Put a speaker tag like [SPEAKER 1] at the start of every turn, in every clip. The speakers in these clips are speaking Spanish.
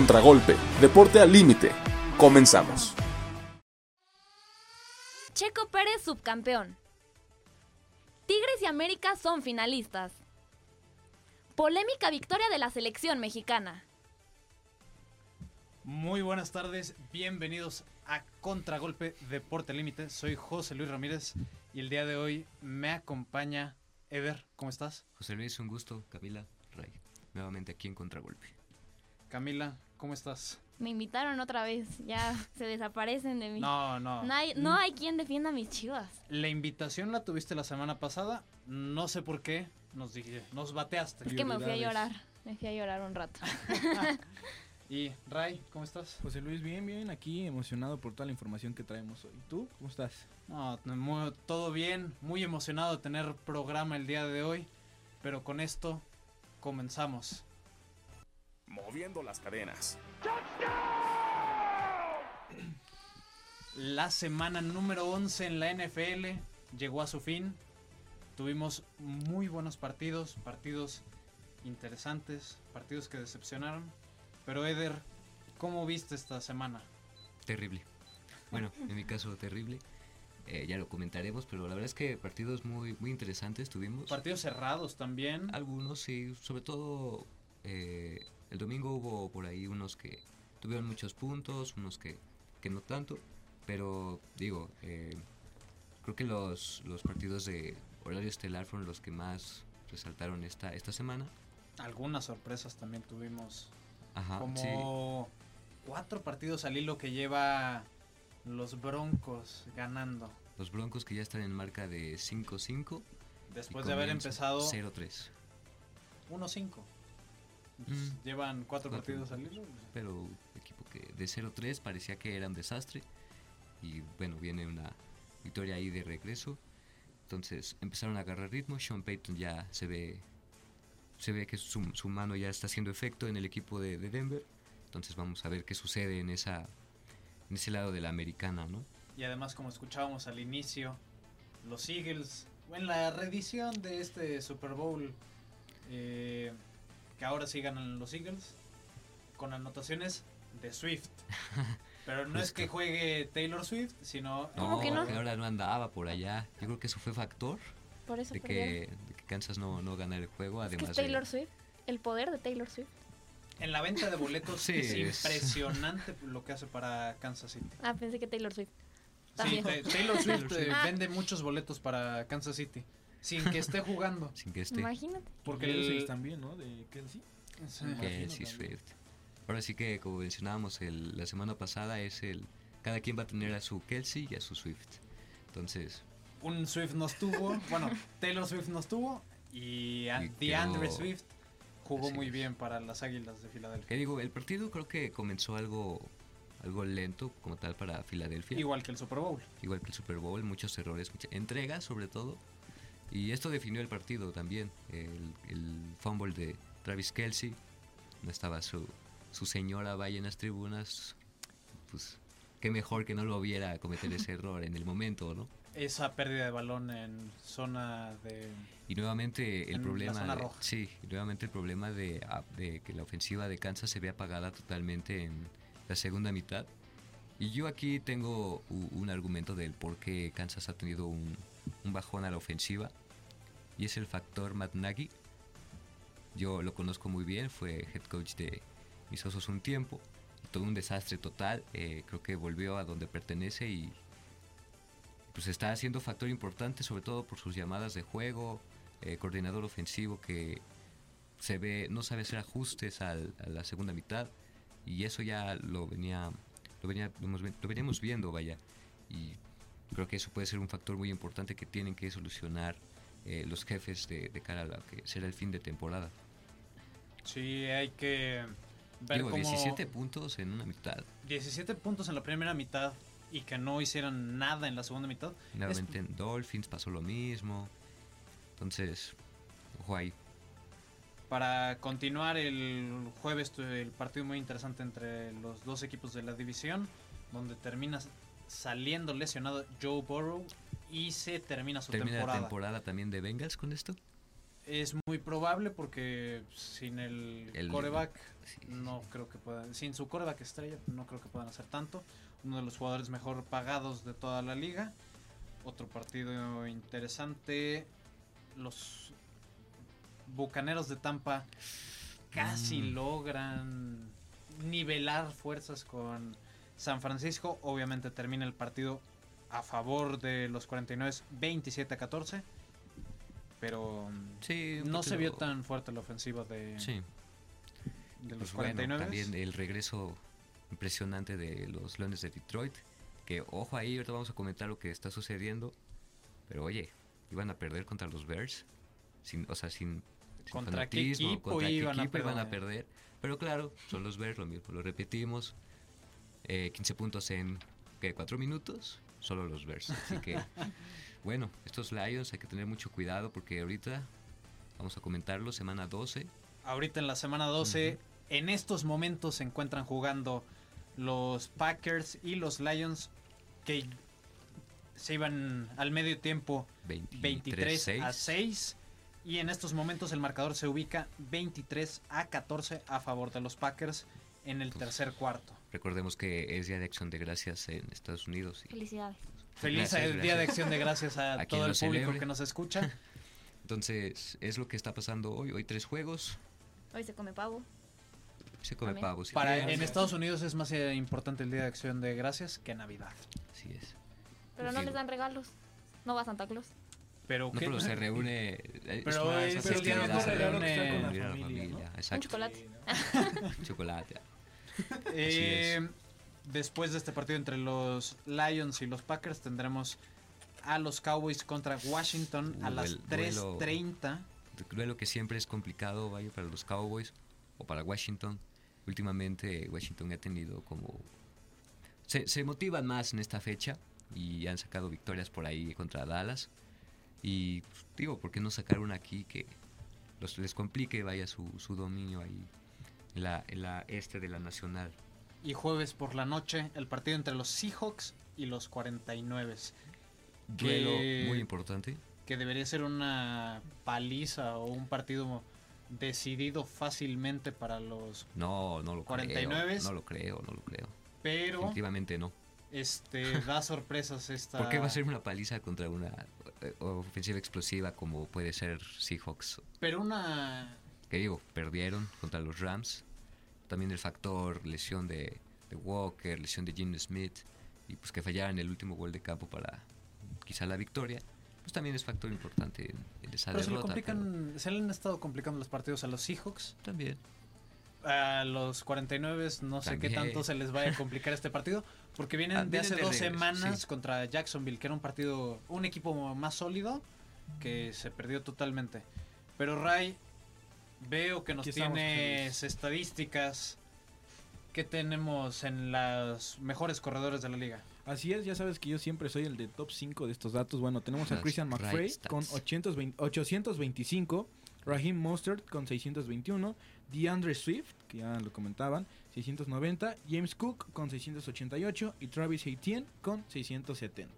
[SPEAKER 1] Contragolpe, deporte al límite. Comenzamos.
[SPEAKER 2] Checo Pérez subcampeón. Tigres y América son finalistas. Polémica victoria de la selección mexicana.
[SPEAKER 3] Muy buenas tardes, bienvenidos a Contragolpe Deporte Límite. Soy José Luis Ramírez y el día de hoy me acompaña Ever. ¿Cómo estás?
[SPEAKER 4] José Luis, un gusto. Camila, Ray, nuevamente aquí en Contragolpe.
[SPEAKER 3] Camila, ¿cómo estás?
[SPEAKER 2] Me invitaron otra vez, ya se desaparecen de mí.
[SPEAKER 3] No, Mm. no.
[SPEAKER 2] No hay, no hay quien defienda a mis chivas.
[SPEAKER 3] La invitación la tuviste la semana pasada, no sé por qué, nos dije, nos bateaste.
[SPEAKER 2] Es que me fui a
[SPEAKER 5] Prioridades.
[SPEAKER 2] llorar, me fui a llorar un rato.
[SPEAKER 3] Y Ray, ¿cómo estás?
[SPEAKER 5] José Luis, bien, bien, aquí emocionado por toda la información que traemos hoy. ¿Tú cómo estás?
[SPEAKER 3] No, muy- todo bien, muy emocionado de tener programa el día de hoy, pero con esto comenzamos.
[SPEAKER 1] Moviendo las cadenas.
[SPEAKER 3] La semana número 11 en la NFL llegó a su fin. Tuvimos muy buenos partidos, partidos interesantes, partidos que decepcionaron. Pero Eder, ¿cómo viste esta semana?
[SPEAKER 4] Terrible. Bueno, en mi caso, terrible. Eh, ya lo comentaremos, pero la verdad es que partidos muy, muy interesantes tuvimos.
[SPEAKER 3] Partidos cerrados también.
[SPEAKER 4] Algunos sí, sobre todo eh, el domingo hubo por ahí unos que tuvieron muchos puntos, unos que, que no tanto, pero digo, eh, creo que los, los partidos de horario estelar fueron los que más resaltaron esta, esta semana.
[SPEAKER 3] Algunas sorpresas también tuvimos.
[SPEAKER 4] Ajá, sí.
[SPEAKER 3] Como cuatro partidos al hilo que lleva los Broncos ganando.
[SPEAKER 4] Los Broncos que ya están en marca de 5-5. y
[SPEAKER 3] Después de haber
[SPEAKER 4] comienzan
[SPEAKER 3] empezado
[SPEAKER 4] 0-3.
[SPEAKER 3] 1-5. Entonces,
[SPEAKER 4] Mm.
[SPEAKER 3] Llevan cuatro
[SPEAKER 4] Cuatro.
[SPEAKER 3] partidos al hilo. pues,
[SPEAKER 4] pero equipo que de 0-3 parecía que era un desastre y bueno, viene una victoria ahí de regreso. Entonces empezaron a agarrar ritmo, Sean Payton ya se ve se ve que su, su mano ya está haciendo efecto en el equipo de, de Denver. Entonces vamos a ver qué sucede en esa en ese lado de la americana, ¿no?
[SPEAKER 3] Y además, como escuchábamos al inicio, los Eagles, en la reedición de este Super Bowl, eh, que ahora sí ganan los Eagles, con anotaciones de Swift. Pero no es que juegue Taylor Swift, sino...
[SPEAKER 2] ¿Cómo que no?
[SPEAKER 4] porque ahora no andaba por allá. Yo creo que eso fue factor
[SPEAKER 2] Por eso
[SPEAKER 4] de
[SPEAKER 2] perdieron.
[SPEAKER 4] que, de que Kansas no, no gana el juego,
[SPEAKER 2] Es que es
[SPEAKER 4] además de-
[SPEAKER 2] Taylor Swift, el poder de Taylor Swift.
[SPEAKER 3] En la venta de boletos
[SPEAKER 4] Sí,
[SPEAKER 3] es
[SPEAKER 4] es.
[SPEAKER 3] impresionante lo que hace para Kansas City.
[SPEAKER 2] Ah, pensé que Taylor Swift.
[SPEAKER 3] Sí,
[SPEAKER 2] También.
[SPEAKER 3] Ta- Taylor Swift eh,
[SPEAKER 2] Ah.
[SPEAKER 3] vende muchos boletos para Kansas City, sin que esté jugando.
[SPEAKER 4] sin que este, esté
[SPEAKER 2] Pues Imagínate.
[SPEAKER 3] Porque
[SPEAKER 5] Y
[SPEAKER 3] el-
[SPEAKER 5] los Saints también, ¿no? De Kelsey.
[SPEAKER 3] Sí.
[SPEAKER 5] Me
[SPEAKER 4] Que
[SPEAKER 5] imagino
[SPEAKER 4] sí,
[SPEAKER 5] también.
[SPEAKER 4] Swift. Ahora sí que, como mencionábamos el- la semana pasada, es el. Cada quien va a tener a su Kelsey y a su Swift. Entonces,
[SPEAKER 3] un Swift nos tuvo, bueno, Taylor Swift nos tuvo y, a-
[SPEAKER 4] Y
[SPEAKER 3] DeAndre
[SPEAKER 4] quedó-
[SPEAKER 3] Swift jugó
[SPEAKER 4] así
[SPEAKER 3] muy
[SPEAKER 4] es.
[SPEAKER 3] bien para las Águilas de Filadelfia.
[SPEAKER 4] ¿qué digo? El partido creo que comenzó algo, algo lento, como tal, para Filadelfia.
[SPEAKER 3] Igual que el Super Bowl.
[SPEAKER 4] Igual que el Super Bowl, muchos errores, muchas entregas, sobre todo. Y esto definió el partido también. El, el fumble de Travis Kelsey. No estaba su, su señora, vaya en las tribunas. Pues, qué mejor que no lo viera cometer ese error en el momento, ¿no?
[SPEAKER 3] Esa pérdida de balón en zona de...
[SPEAKER 4] Y nuevamente el
[SPEAKER 3] En la
[SPEAKER 4] problema.
[SPEAKER 3] zona
[SPEAKER 4] de-
[SPEAKER 3] roja.
[SPEAKER 4] sí, y nuevamente el problema de, ah, de que la ofensiva de Kansas se ve apagada totalmente en la segunda mitad. Y yo aquí tengo u- un argumento del por qué Kansas ha tenido un, un bajón a la ofensiva. Y es el factor Matt Nagy. Yo lo conozco muy bien, fue head coach de mis osos un tiempo. Todo un desastre total. eh, creo que volvió a donde pertenece y, pues está siendo factor importante, sobre todo por sus llamadas de juego, eh, coordinador ofensivo que se ve, no sabe hacer ajustes al- a la segunda mitad, y eso ya lo venía, lo venía, lo hemos- lo veníamos viendo, vaya. Y creo que eso puede ser un factor muy importante que tienen que solucionar eh, los jefes de, de cara a lo que será el fin de temporada.
[SPEAKER 3] Sí, hay que ver
[SPEAKER 4] Digo,
[SPEAKER 3] cómo...
[SPEAKER 4] 17 puntos en una mitad,
[SPEAKER 3] 17 puntos en la primera mitad y que no hicieran nada en la segunda mitad.
[SPEAKER 4] nuevamente en Dolphins pasó lo mismo, entonces, ojo ahí.
[SPEAKER 3] Para continuar el jueves tu- el partido muy interesante entre los dos equipos de la división, donde termina saliendo lesionado Joe Burrow y se termina su
[SPEAKER 4] ¿Termina la
[SPEAKER 3] temporada.
[SPEAKER 4] temporada también de Bengals con esto?
[SPEAKER 3] Es muy probable porque sin el,
[SPEAKER 4] El-
[SPEAKER 3] coreback
[SPEAKER 4] Sí, sí,
[SPEAKER 3] no creo que puedan, sin su coreback estrella no creo que puedan hacer tanto. Uno de los jugadores mejor pagados de toda la liga. Otro partido interesante, los Bucaneros de Tampa casi
[SPEAKER 4] Mm.
[SPEAKER 3] logran nivelar fuerzas con San Francisco. Obviamente termina el partido a favor de los 49, 27 a 14. Pero mm,
[SPEAKER 4] Sí, un
[SPEAKER 3] no se vio
[SPEAKER 4] partido-
[SPEAKER 3] tan fuerte la ofensiva de,
[SPEAKER 4] Sí.
[SPEAKER 3] de los
[SPEAKER 4] Pues bueno,
[SPEAKER 3] 49.
[SPEAKER 4] también el regreso impresionante de los Leones de Detroit. Que ojo ahí, ahorita vamos a comentar lo que está sucediendo. Pero oye, iban a perder contra los Bears. Sin, o sea, sin, sin
[SPEAKER 3] ¿Contra qué
[SPEAKER 4] fanatismo,
[SPEAKER 3] equipo
[SPEAKER 4] contra qué
[SPEAKER 3] iban a
[SPEAKER 4] equipo iban a
[SPEAKER 3] perder?
[SPEAKER 4] perder. Pero claro, son los Bears, lo mismo, lo repetimos. Eh, 15 puntos en ¿qué, 4 minutos, solo los Bears. Así que, bueno, estos Lions hay que tener mucho cuidado porque ahorita vamos a comentarlo, semana 12.
[SPEAKER 3] Ahorita en la semana 12, en estos momentos se encuentran jugando los Packers y los Lions que se iban al medio tiempo
[SPEAKER 4] 23,
[SPEAKER 3] 23 a
[SPEAKER 4] 6.
[SPEAKER 3] 6. Y en estos momentos el marcador se ubica 23 a 14 a favor de los Packers en el
[SPEAKER 4] Uf.
[SPEAKER 3] tercer cuarto.
[SPEAKER 4] Recordemos que es Día de Acción de Gracias en Estados Unidos. y-
[SPEAKER 2] Felicidades.
[SPEAKER 3] Feliz
[SPEAKER 4] Gracias,
[SPEAKER 3] el Día de
[SPEAKER 4] gracias.
[SPEAKER 3] Acción de Gracias a,
[SPEAKER 4] A quien
[SPEAKER 3] todo el
[SPEAKER 4] lo
[SPEAKER 3] público
[SPEAKER 4] celebre.
[SPEAKER 3] que nos escucha.
[SPEAKER 4] Entonces, es lo que está pasando hoy. Hoy tres juegos.
[SPEAKER 2] Hoy se come pavo.
[SPEAKER 4] Se come
[SPEAKER 2] Amén.
[SPEAKER 4] pavo. sí.
[SPEAKER 3] Para,
[SPEAKER 4] Bien.
[SPEAKER 3] en Estados Unidos es más eh, importante el Día de Acción de Gracias que Navidad.
[SPEAKER 4] Así es.
[SPEAKER 2] Pero no
[SPEAKER 4] Sí.
[SPEAKER 2] les dan regalos. No va Santa Claus.
[SPEAKER 3] Pero,
[SPEAKER 4] No,
[SPEAKER 3] ¿qué-
[SPEAKER 4] pero se reúne. eh,
[SPEAKER 3] Pero
[SPEAKER 4] una-
[SPEAKER 3] es-
[SPEAKER 4] esas
[SPEAKER 3] pero el día
[SPEAKER 4] festividades
[SPEAKER 3] mejor
[SPEAKER 4] para
[SPEAKER 3] regalo que
[SPEAKER 4] reunir
[SPEAKER 3] está con la
[SPEAKER 4] a la
[SPEAKER 5] familia, ¿no?
[SPEAKER 4] familia,
[SPEAKER 2] Un
[SPEAKER 4] Exacto.
[SPEAKER 2] chocolate.
[SPEAKER 4] Chocolate.
[SPEAKER 3] Eh, después de este partido entre los Lions y los Packers tendremos a los Cowboys contra Washington a
[SPEAKER 4] Uh,
[SPEAKER 3] las
[SPEAKER 4] el duelo.
[SPEAKER 3] 3.30.
[SPEAKER 4] Duelo que siempre es complicado, vaya, para los Cowboys o para Washington. Últimamente, Washington ha tenido como. Se, se motivan más en esta fecha y han sacado victorias por ahí contra Dallas. Y pues, digo, ¿por qué no sacar una aquí que los, les complique, vaya, su, su dominio ahí en la, en la este de la nacional?
[SPEAKER 3] Y jueves por la noche el partido entre los Seahawks y los 49.
[SPEAKER 4] Duelo
[SPEAKER 3] Que-
[SPEAKER 4] muy importante.
[SPEAKER 3] Que debería ser una paliza o un partido decidido fácilmente para los...
[SPEAKER 4] No, no lo
[SPEAKER 3] 49s.
[SPEAKER 4] creo. No lo creo, no lo creo.
[SPEAKER 3] Pero
[SPEAKER 4] Definitivamente no.
[SPEAKER 3] este da sorpresas esta...
[SPEAKER 4] ¿Por qué va a ser una paliza contra una eh, ofensiva explosiva como puede ser Seahawks?
[SPEAKER 3] Pero una...
[SPEAKER 4] Que digo, perdieron contra los Rams. También el factor lesión de, de Walker, lesión de Jim Smith. Y pues que fallaran el último gol de campo para quizá la victoria. Pues también es factor importante en, en esa
[SPEAKER 3] Pero se le
[SPEAKER 4] derrota. pero
[SPEAKER 3] complican... Se le han estado complicando los partidos a los Seahawks.
[SPEAKER 4] también.
[SPEAKER 3] a los 49 no sé qué
[SPEAKER 4] También.
[SPEAKER 3] tanto se les vaya a complicar este partido porque vienen
[SPEAKER 4] Ah,
[SPEAKER 3] de
[SPEAKER 4] vienen
[SPEAKER 3] hace
[SPEAKER 4] de
[SPEAKER 3] dos
[SPEAKER 4] regreso,
[SPEAKER 3] semanas
[SPEAKER 4] sí.
[SPEAKER 3] contra Jacksonville que era un partido un equipo más sólido que se perdió totalmente pero Ray veo que nos
[SPEAKER 5] Aquí estamos,
[SPEAKER 3] tienes
[SPEAKER 5] Jesús.
[SPEAKER 3] estadísticas que tenemos en los mejores corredores de la liga
[SPEAKER 5] Así es, ya sabes que yo siempre soy el de top 5 de estos datos. Bueno, tenemos a
[SPEAKER 4] Las
[SPEAKER 5] Christian
[SPEAKER 4] right
[SPEAKER 5] McFray
[SPEAKER 4] stats.
[SPEAKER 5] con 820 825, Raheem Mostert con 621, DeAndre Swift, que ya lo comentaban, 690, James Cook con 688 y Travis Etienne con 670.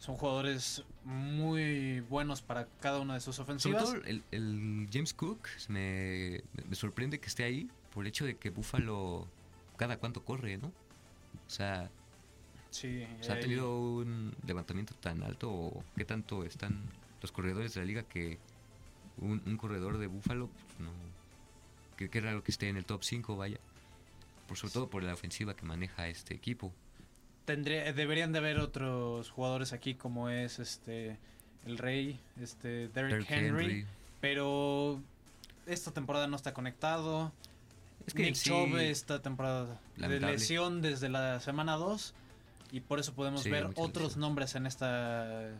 [SPEAKER 3] son jugadores muy buenos para cada una de sus
[SPEAKER 4] Sobre
[SPEAKER 3] ofensivas
[SPEAKER 4] todo el, el James Cook me, me sorprende que esté ahí por el hecho de que Buffalo cada cuánto corre, ¿no? O sea,
[SPEAKER 3] sí eh,
[SPEAKER 4] O sea, ha
[SPEAKER 3] ahí-
[SPEAKER 4] tenido un levantamiento tan alto o qué tanto están los corredores de la liga que un, un corredor de Búfalo, pues, no. Qué, qué raro que esté en el top 5, vaya. Por sobre todo por la ofensiva que maneja este equipo.
[SPEAKER 3] Tendría, deberían de haber otros jugadores aquí como es este el rey, este Derrick
[SPEAKER 4] Derrick
[SPEAKER 3] Henry, pero esta temporada no está conectado.
[SPEAKER 4] Es que en
[SPEAKER 3] Nick
[SPEAKER 4] sí,
[SPEAKER 3] Chubb esta temporada de
[SPEAKER 4] lamentable.
[SPEAKER 3] lesión desde la semana 2 y por eso podemos
[SPEAKER 4] Sí,
[SPEAKER 3] ver
[SPEAKER 4] mucha
[SPEAKER 3] otros
[SPEAKER 4] lesión.
[SPEAKER 3] nombres en esta en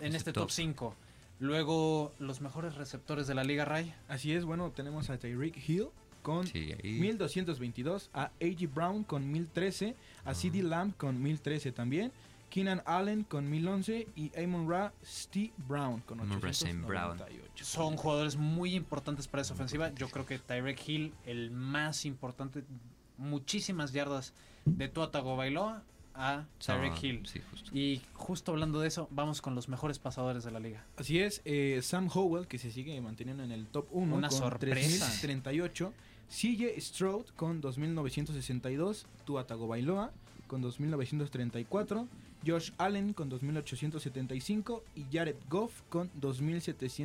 [SPEAKER 4] Este
[SPEAKER 3] este top
[SPEAKER 4] top.
[SPEAKER 3] 5. Luego los mejores receptores de la liga Ray.
[SPEAKER 5] Así es, bueno, tenemos a Tyreek Hill con
[SPEAKER 4] sí, ahí
[SPEAKER 5] 1222, a A.G. Brown con 1013, a C.D. Lamb con 1013 también, Keenan Allen con 1011 y Amon Ra Steve Brown con
[SPEAKER 4] Amon Ra St. Brown.
[SPEAKER 5] 898.
[SPEAKER 3] Son jugadores muy importantes para esa
[SPEAKER 4] Muy
[SPEAKER 3] ofensiva. Yo creo que Tyreek Hill, el más importante, muchísimas yardas de Tuatago Bailó a
[SPEAKER 4] So,
[SPEAKER 3] Tyreek Hill.
[SPEAKER 4] Ah, Sí, justo.
[SPEAKER 3] Y justo hablando de eso, vamos con los mejores pasadores de la liga.
[SPEAKER 5] Así es, eh, Sam Howell, que se sigue manteniendo en el top 1
[SPEAKER 3] Una
[SPEAKER 5] con
[SPEAKER 3] sorpresa.
[SPEAKER 5] 3.038. CJ Stroud con 2.962. Tua Tagovailoa con 2.934. Josh Allen con 2.875. Y Jared Goff con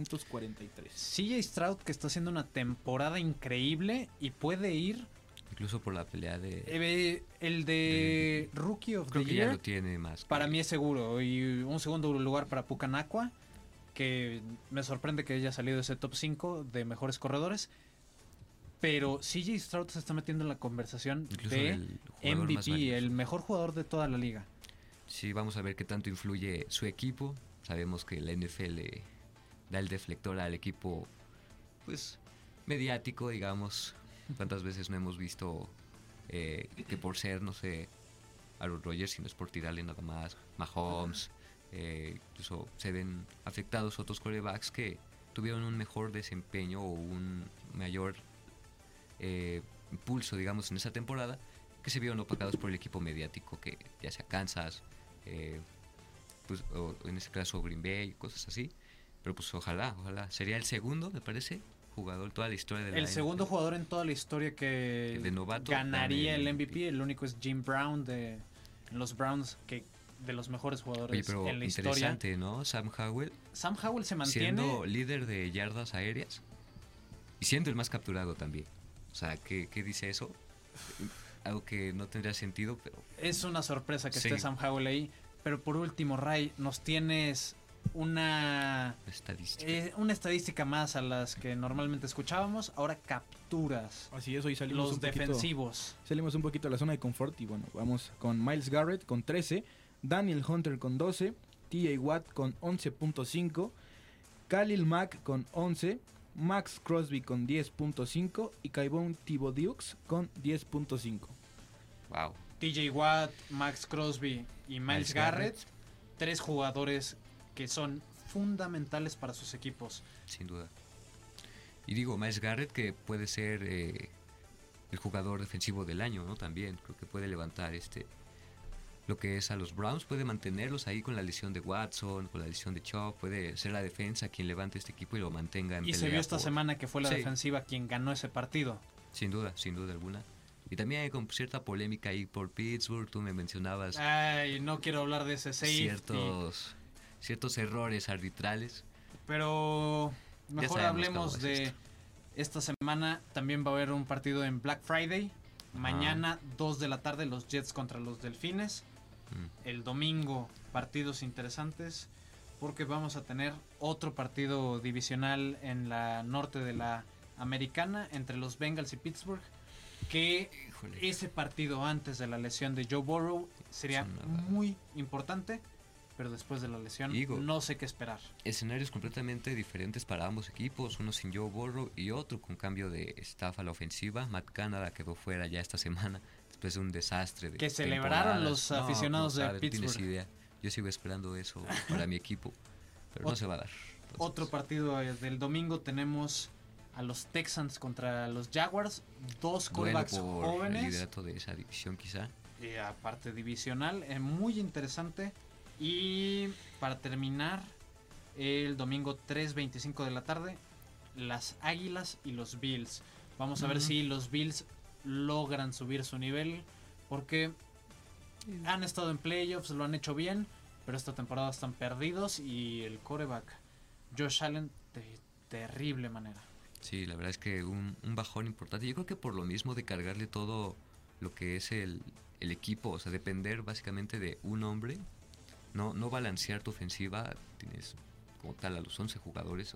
[SPEAKER 5] 2.743.
[SPEAKER 3] CJ Stroud que está haciendo una temporada increíble y puede ir.
[SPEAKER 4] Incluso por la pelea de...
[SPEAKER 3] eh, el de Rookie of
[SPEAKER 4] Creo
[SPEAKER 3] the
[SPEAKER 4] que ya
[SPEAKER 3] Year.
[SPEAKER 4] lo tiene más.
[SPEAKER 3] Para mí es seguro. Y un segundo lugar para Pucanacua, que me sorprende que haya salido ese top 5 de mejores corredores. Pero CJ Stroud se está metiendo en la conversación
[SPEAKER 4] Incluso
[SPEAKER 3] de
[SPEAKER 4] el jugador más
[SPEAKER 3] MVP,
[SPEAKER 4] valioso.
[SPEAKER 3] el mejor jugador de toda la liga.
[SPEAKER 4] Sí, vamos a ver qué tanto influye su equipo. Sabemos que la NFL da el deflector al equipo, pues, mediático, digamos. Tantas veces no hemos visto eh, que por ser, no sé, Aaron Rodgers, si no es por tirarle nada más, Mahomes, eh, incluso se ven afectados otros corebacks que tuvieron un mejor desempeño o un mayor eh, impulso, digamos, en esa temporada, que se vieron opacados por el equipo mediático, que ya sea Kansas, eh, pues, o en este caso Green Bay, cosas así. Pero pues ojalá, ojalá. Sería el segundo, me parece, jugador toda la historia de la
[SPEAKER 3] El segundo
[SPEAKER 4] NFL.
[SPEAKER 3] jugador en toda la historia que
[SPEAKER 4] Que de novato
[SPEAKER 3] ganaría
[SPEAKER 4] gane
[SPEAKER 3] el
[SPEAKER 4] el
[SPEAKER 3] MVP. El único es Jim Brown de los Browns, que de los mejores
[SPEAKER 4] Oye,
[SPEAKER 3] jugadores
[SPEAKER 4] pero
[SPEAKER 3] Pues, en la historia.
[SPEAKER 4] interesante, ¿no? Sam Howell
[SPEAKER 3] Sam Howell se mantiene.
[SPEAKER 4] siendo líder de yardas aéreas y siendo el más capturado también. O sea, ¿qué, qué dice eso? Algo que no tendría sentido, pero
[SPEAKER 3] Es una sorpresa que
[SPEAKER 4] Sí.
[SPEAKER 3] esté Sam Howell ahí. Pero por último, Ray, nos tienes una,
[SPEAKER 4] estadística.
[SPEAKER 3] eh, una estadística más a las que normalmente escuchábamos. Ahora capturas
[SPEAKER 5] Así es, hoy salimos
[SPEAKER 3] los
[SPEAKER 5] un poquito-
[SPEAKER 3] defensivos.
[SPEAKER 5] Salimos un poquito a la zona de confort y bueno, vamos con Miles Garrett con 13, Daniel Hunter con 12, TJ Watt con 11.5, Khalil Mack con 11, Max Crosby con 10.5 y Kaibon Tibodiux con 10.5.
[SPEAKER 4] wow.
[SPEAKER 3] TJ Watt, Max Crosby y Miles,
[SPEAKER 4] Miles
[SPEAKER 3] Garrett,
[SPEAKER 4] Garrett.
[SPEAKER 3] Tres jugadores que son fundamentales para sus equipos.
[SPEAKER 4] sin duda. Y digo, Miles Garrett que puede ser eh, el jugador defensivo del año, ¿no? También creo que puede levantar este lo que es a los Browns, puede mantenerlos ahí con la lesión de Watson, con la lesión de Chop, puede ser la defensa quien levante este equipo y lo mantenga en
[SPEAKER 3] Y se
[SPEAKER 4] pelea
[SPEAKER 3] vio esta
[SPEAKER 4] por-
[SPEAKER 3] semana que fue la
[SPEAKER 4] Sí.
[SPEAKER 3] defensiva quien ganó ese partido.
[SPEAKER 4] Sin duda, sin duda alguna. Y también hay con cierta polémica ahí por Pittsburgh, tú me mencionabas
[SPEAKER 3] Ah, Ay, no quiero hablar de ese safety.
[SPEAKER 4] ciertos ciertos errores arbitrales.
[SPEAKER 3] Pero mejor
[SPEAKER 4] sabemos
[SPEAKER 3] hablemos
[SPEAKER 4] cómo es
[SPEAKER 3] de
[SPEAKER 4] esto.
[SPEAKER 3] esta semana. También va a haber un partido en Black Friday.
[SPEAKER 4] Ajá.
[SPEAKER 3] Mañana, 2 de la tarde, los Jets contra los Delfines.
[SPEAKER 4] Mm.
[SPEAKER 3] El domingo, partidos interesantes. Porque vamos a tener otro partido divisional en la norte de la americana entre los Bengals y Pittsburgh. Que
[SPEAKER 4] Híjole.
[SPEAKER 3] ese partido antes de la lesión de Joe Burrow sería
[SPEAKER 4] Es una-
[SPEAKER 3] muy importante. Pero después de la lesión,
[SPEAKER 4] Digo.
[SPEAKER 3] no sé qué esperar.
[SPEAKER 4] escenarios completamente diferentes para ambos equipos, uno sin Joe Burrow y otro con cambio de estafa a la ofensiva. Matt Canada quedó fuera ya esta semana después de un desastre. De
[SPEAKER 3] Que celebraron
[SPEAKER 4] temporadas.
[SPEAKER 3] los
[SPEAKER 4] No,
[SPEAKER 3] aficionados
[SPEAKER 4] no
[SPEAKER 3] de
[SPEAKER 4] sabes, no tienes
[SPEAKER 3] Pittsburgh.
[SPEAKER 4] idea. Yo sigo esperando eso para mi equipo, pero
[SPEAKER 3] Ot-
[SPEAKER 4] no se va a dar. Entonces,
[SPEAKER 3] Otro partido eh, del domingo tenemos a los Texans contra los Jaguars, dos
[SPEAKER 4] duelo
[SPEAKER 3] quarterbacks
[SPEAKER 4] por el
[SPEAKER 3] jóvenes,
[SPEAKER 4] liderato de esa división quizá.
[SPEAKER 3] eh, aparte divisional, eh, muy interesante. Y para terminar, el domingo 3.25 de la tarde, las Águilas y los Bills. Vamos a ver
[SPEAKER 5] Ujú.
[SPEAKER 3] si los Bills logran subir su nivel, porque han estado en playoffs, lo han hecho bien, pero esta temporada están perdidos y el coreback Josh Allen de terrible manera.
[SPEAKER 4] Sí, la verdad es que un, un bajón importante. Yo creo que por lo mismo de cargarle todo lo que es el, el equipo, o sea, depender básicamente de un hombre, no, no balancear tu ofensiva, tienes como tal a los 11 jugadores,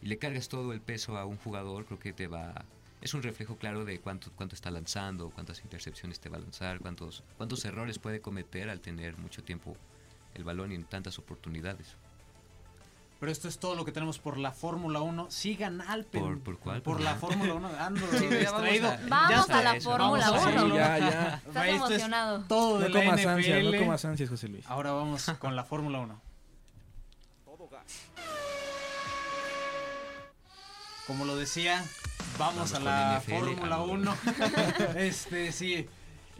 [SPEAKER 4] y le cargas todo el peso a un jugador, creo que te va... Es un reflejo claro de cuánto, cuánto está lanzando, cuántas intercepciones te va a lanzar, cuántos, cuántos errores puede cometer al tener mucho tiempo el balón y en tantas oportunidades.
[SPEAKER 3] Pero esto es todo lo que tenemos por la Fórmula 1. Sigan al
[SPEAKER 4] ¿Por, por cuál? Ah.
[SPEAKER 3] Por la Fórmula 1. Ando distraído.
[SPEAKER 2] a- Vamos a la
[SPEAKER 4] eso.
[SPEAKER 2] Fórmula
[SPEAKER 3] Vamos a
[SPEAKER 5] Sí,
[SPEAKER 3] eso.
[SPEAKER 2] uno.
[SPEAKER 5] ya, ya.
[SPEAKER 2] Estás
[SPEAKER 3] Güey, esto es
[SPEAKER 2] emocionado.
[SPEAKER 3] Todo de
[SPEAKER 5] No
[SPEAKER 3] la
[SPEAKER 5] comas
[SPEAKER 3] NFL.
[SPEAKER 5] ansias, no comas ansias, José Luis.
[SPEAKER 3] Ahora vamos con la Fórmula 1. Como lo decía, vamos,
[SPEAKER 4] Vamos
[SPEAKER 3] a
[SPEAKER 4] con
[SPEAKER 3] la
[SPEAKER 4] NFL,
[SPEAKER 3] Fórmula
[SPEAKER 4] vamos.
[SPEAKER 3] 1. este, sí.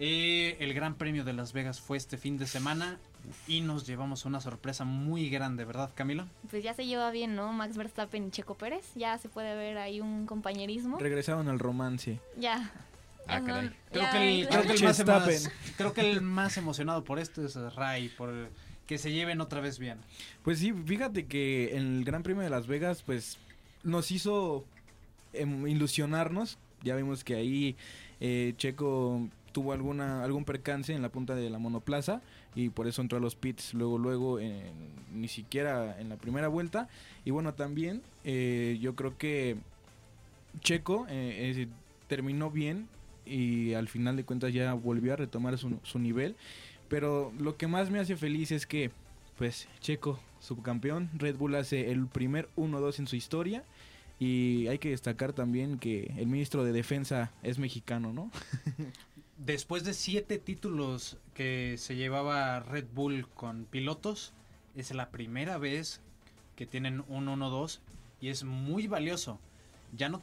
[SPEAKER 3] Eh, el Gran Premio de Las Vegas fue este fin de semana y nos llevamos una sorpresa muy grande, ¿verdad, Camilo?
[SPEAKER 2] Pues ya se lleva bien, ¿no? Max Verstappen y Checo Pérez. Ya se puede ver ahí un compañerismo.
[SPEAKER 5] Regresaron al romance.
[SPEAKER 2] Ya. Ya
[SPEAKER 4] Ah,
[SPEAKER 2] son-
[SPEAKER 4] caray.
[SPEAKER 3] Creo
[SPEAKER 2] ya
[SPEAKER 3] que, el,
[SPEAKER 2] es-
[SPEAKER 3] creo, que el más,
[SPEAKER 5] Verstappen.
[SPEAKER 3] más- creo que el más emocionado por esto es Ray, por que se lleven otra vez bien.
[SPEAKER 5] Pues sí, fíjate que en el Gran Premio de Las Vegas, pues nos hizo em, ilusionarnos. Ya vimos que ahí eh, Checo tuvo alguna algún percance en la punta de la monoplaza y por eso entró a los pits luego luego en- ni siquiera en la primera vuelta y bueno también eh, yo creo que Checo eh, eh, terminó bien y al final de cuentas ya volvió a retomar su, su nivel pero lo que más me hace feliz es que pues Checo, subcampeón, Red Bull hace el primer 1-2 en su historia. Y hay que destacar también que el ministro de Defensa es mexicano, ¿no?
[SPEAKER 2] Oh,
[SPEAKER 3] Después de siete títulos que se llevaba Red Bull con pilotos, es la primera vez que tienen un 1-2 y es muy valioso. Ya no,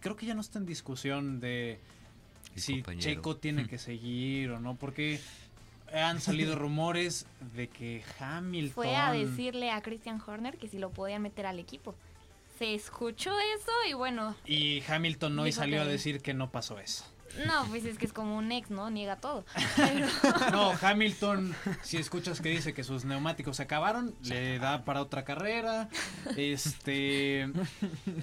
[SPEAKER 3] creo que ya no está en discusión de
[SPEAKER 4] El
[SPEAKER 3] si
[SPEAKER 4] compañero.
[SPEAKER 3] Checo tiene que seguir o no, porque han salido rumores de que Hamilton
[SPEAKER 2] Fue a decirle a Christian Horner que si lo podían meter al equipo. Se escuchó eso y bueno,
[SPEAKER 3] y Hamilton no y
[SPEAKER 2] Dijo
[SPEAKER 3] salió a
[SPEAKER 2] que-
[SPEAKER 3] decir que no pasó eso.
[SPEAKER 2] no, pues es que es como un ex, ¿no? Niega todo.
[SPEAKER 3] No, Hamilton, si escuchas que dice que sus neumáticos se acabaron, le da para otra carrera. Este.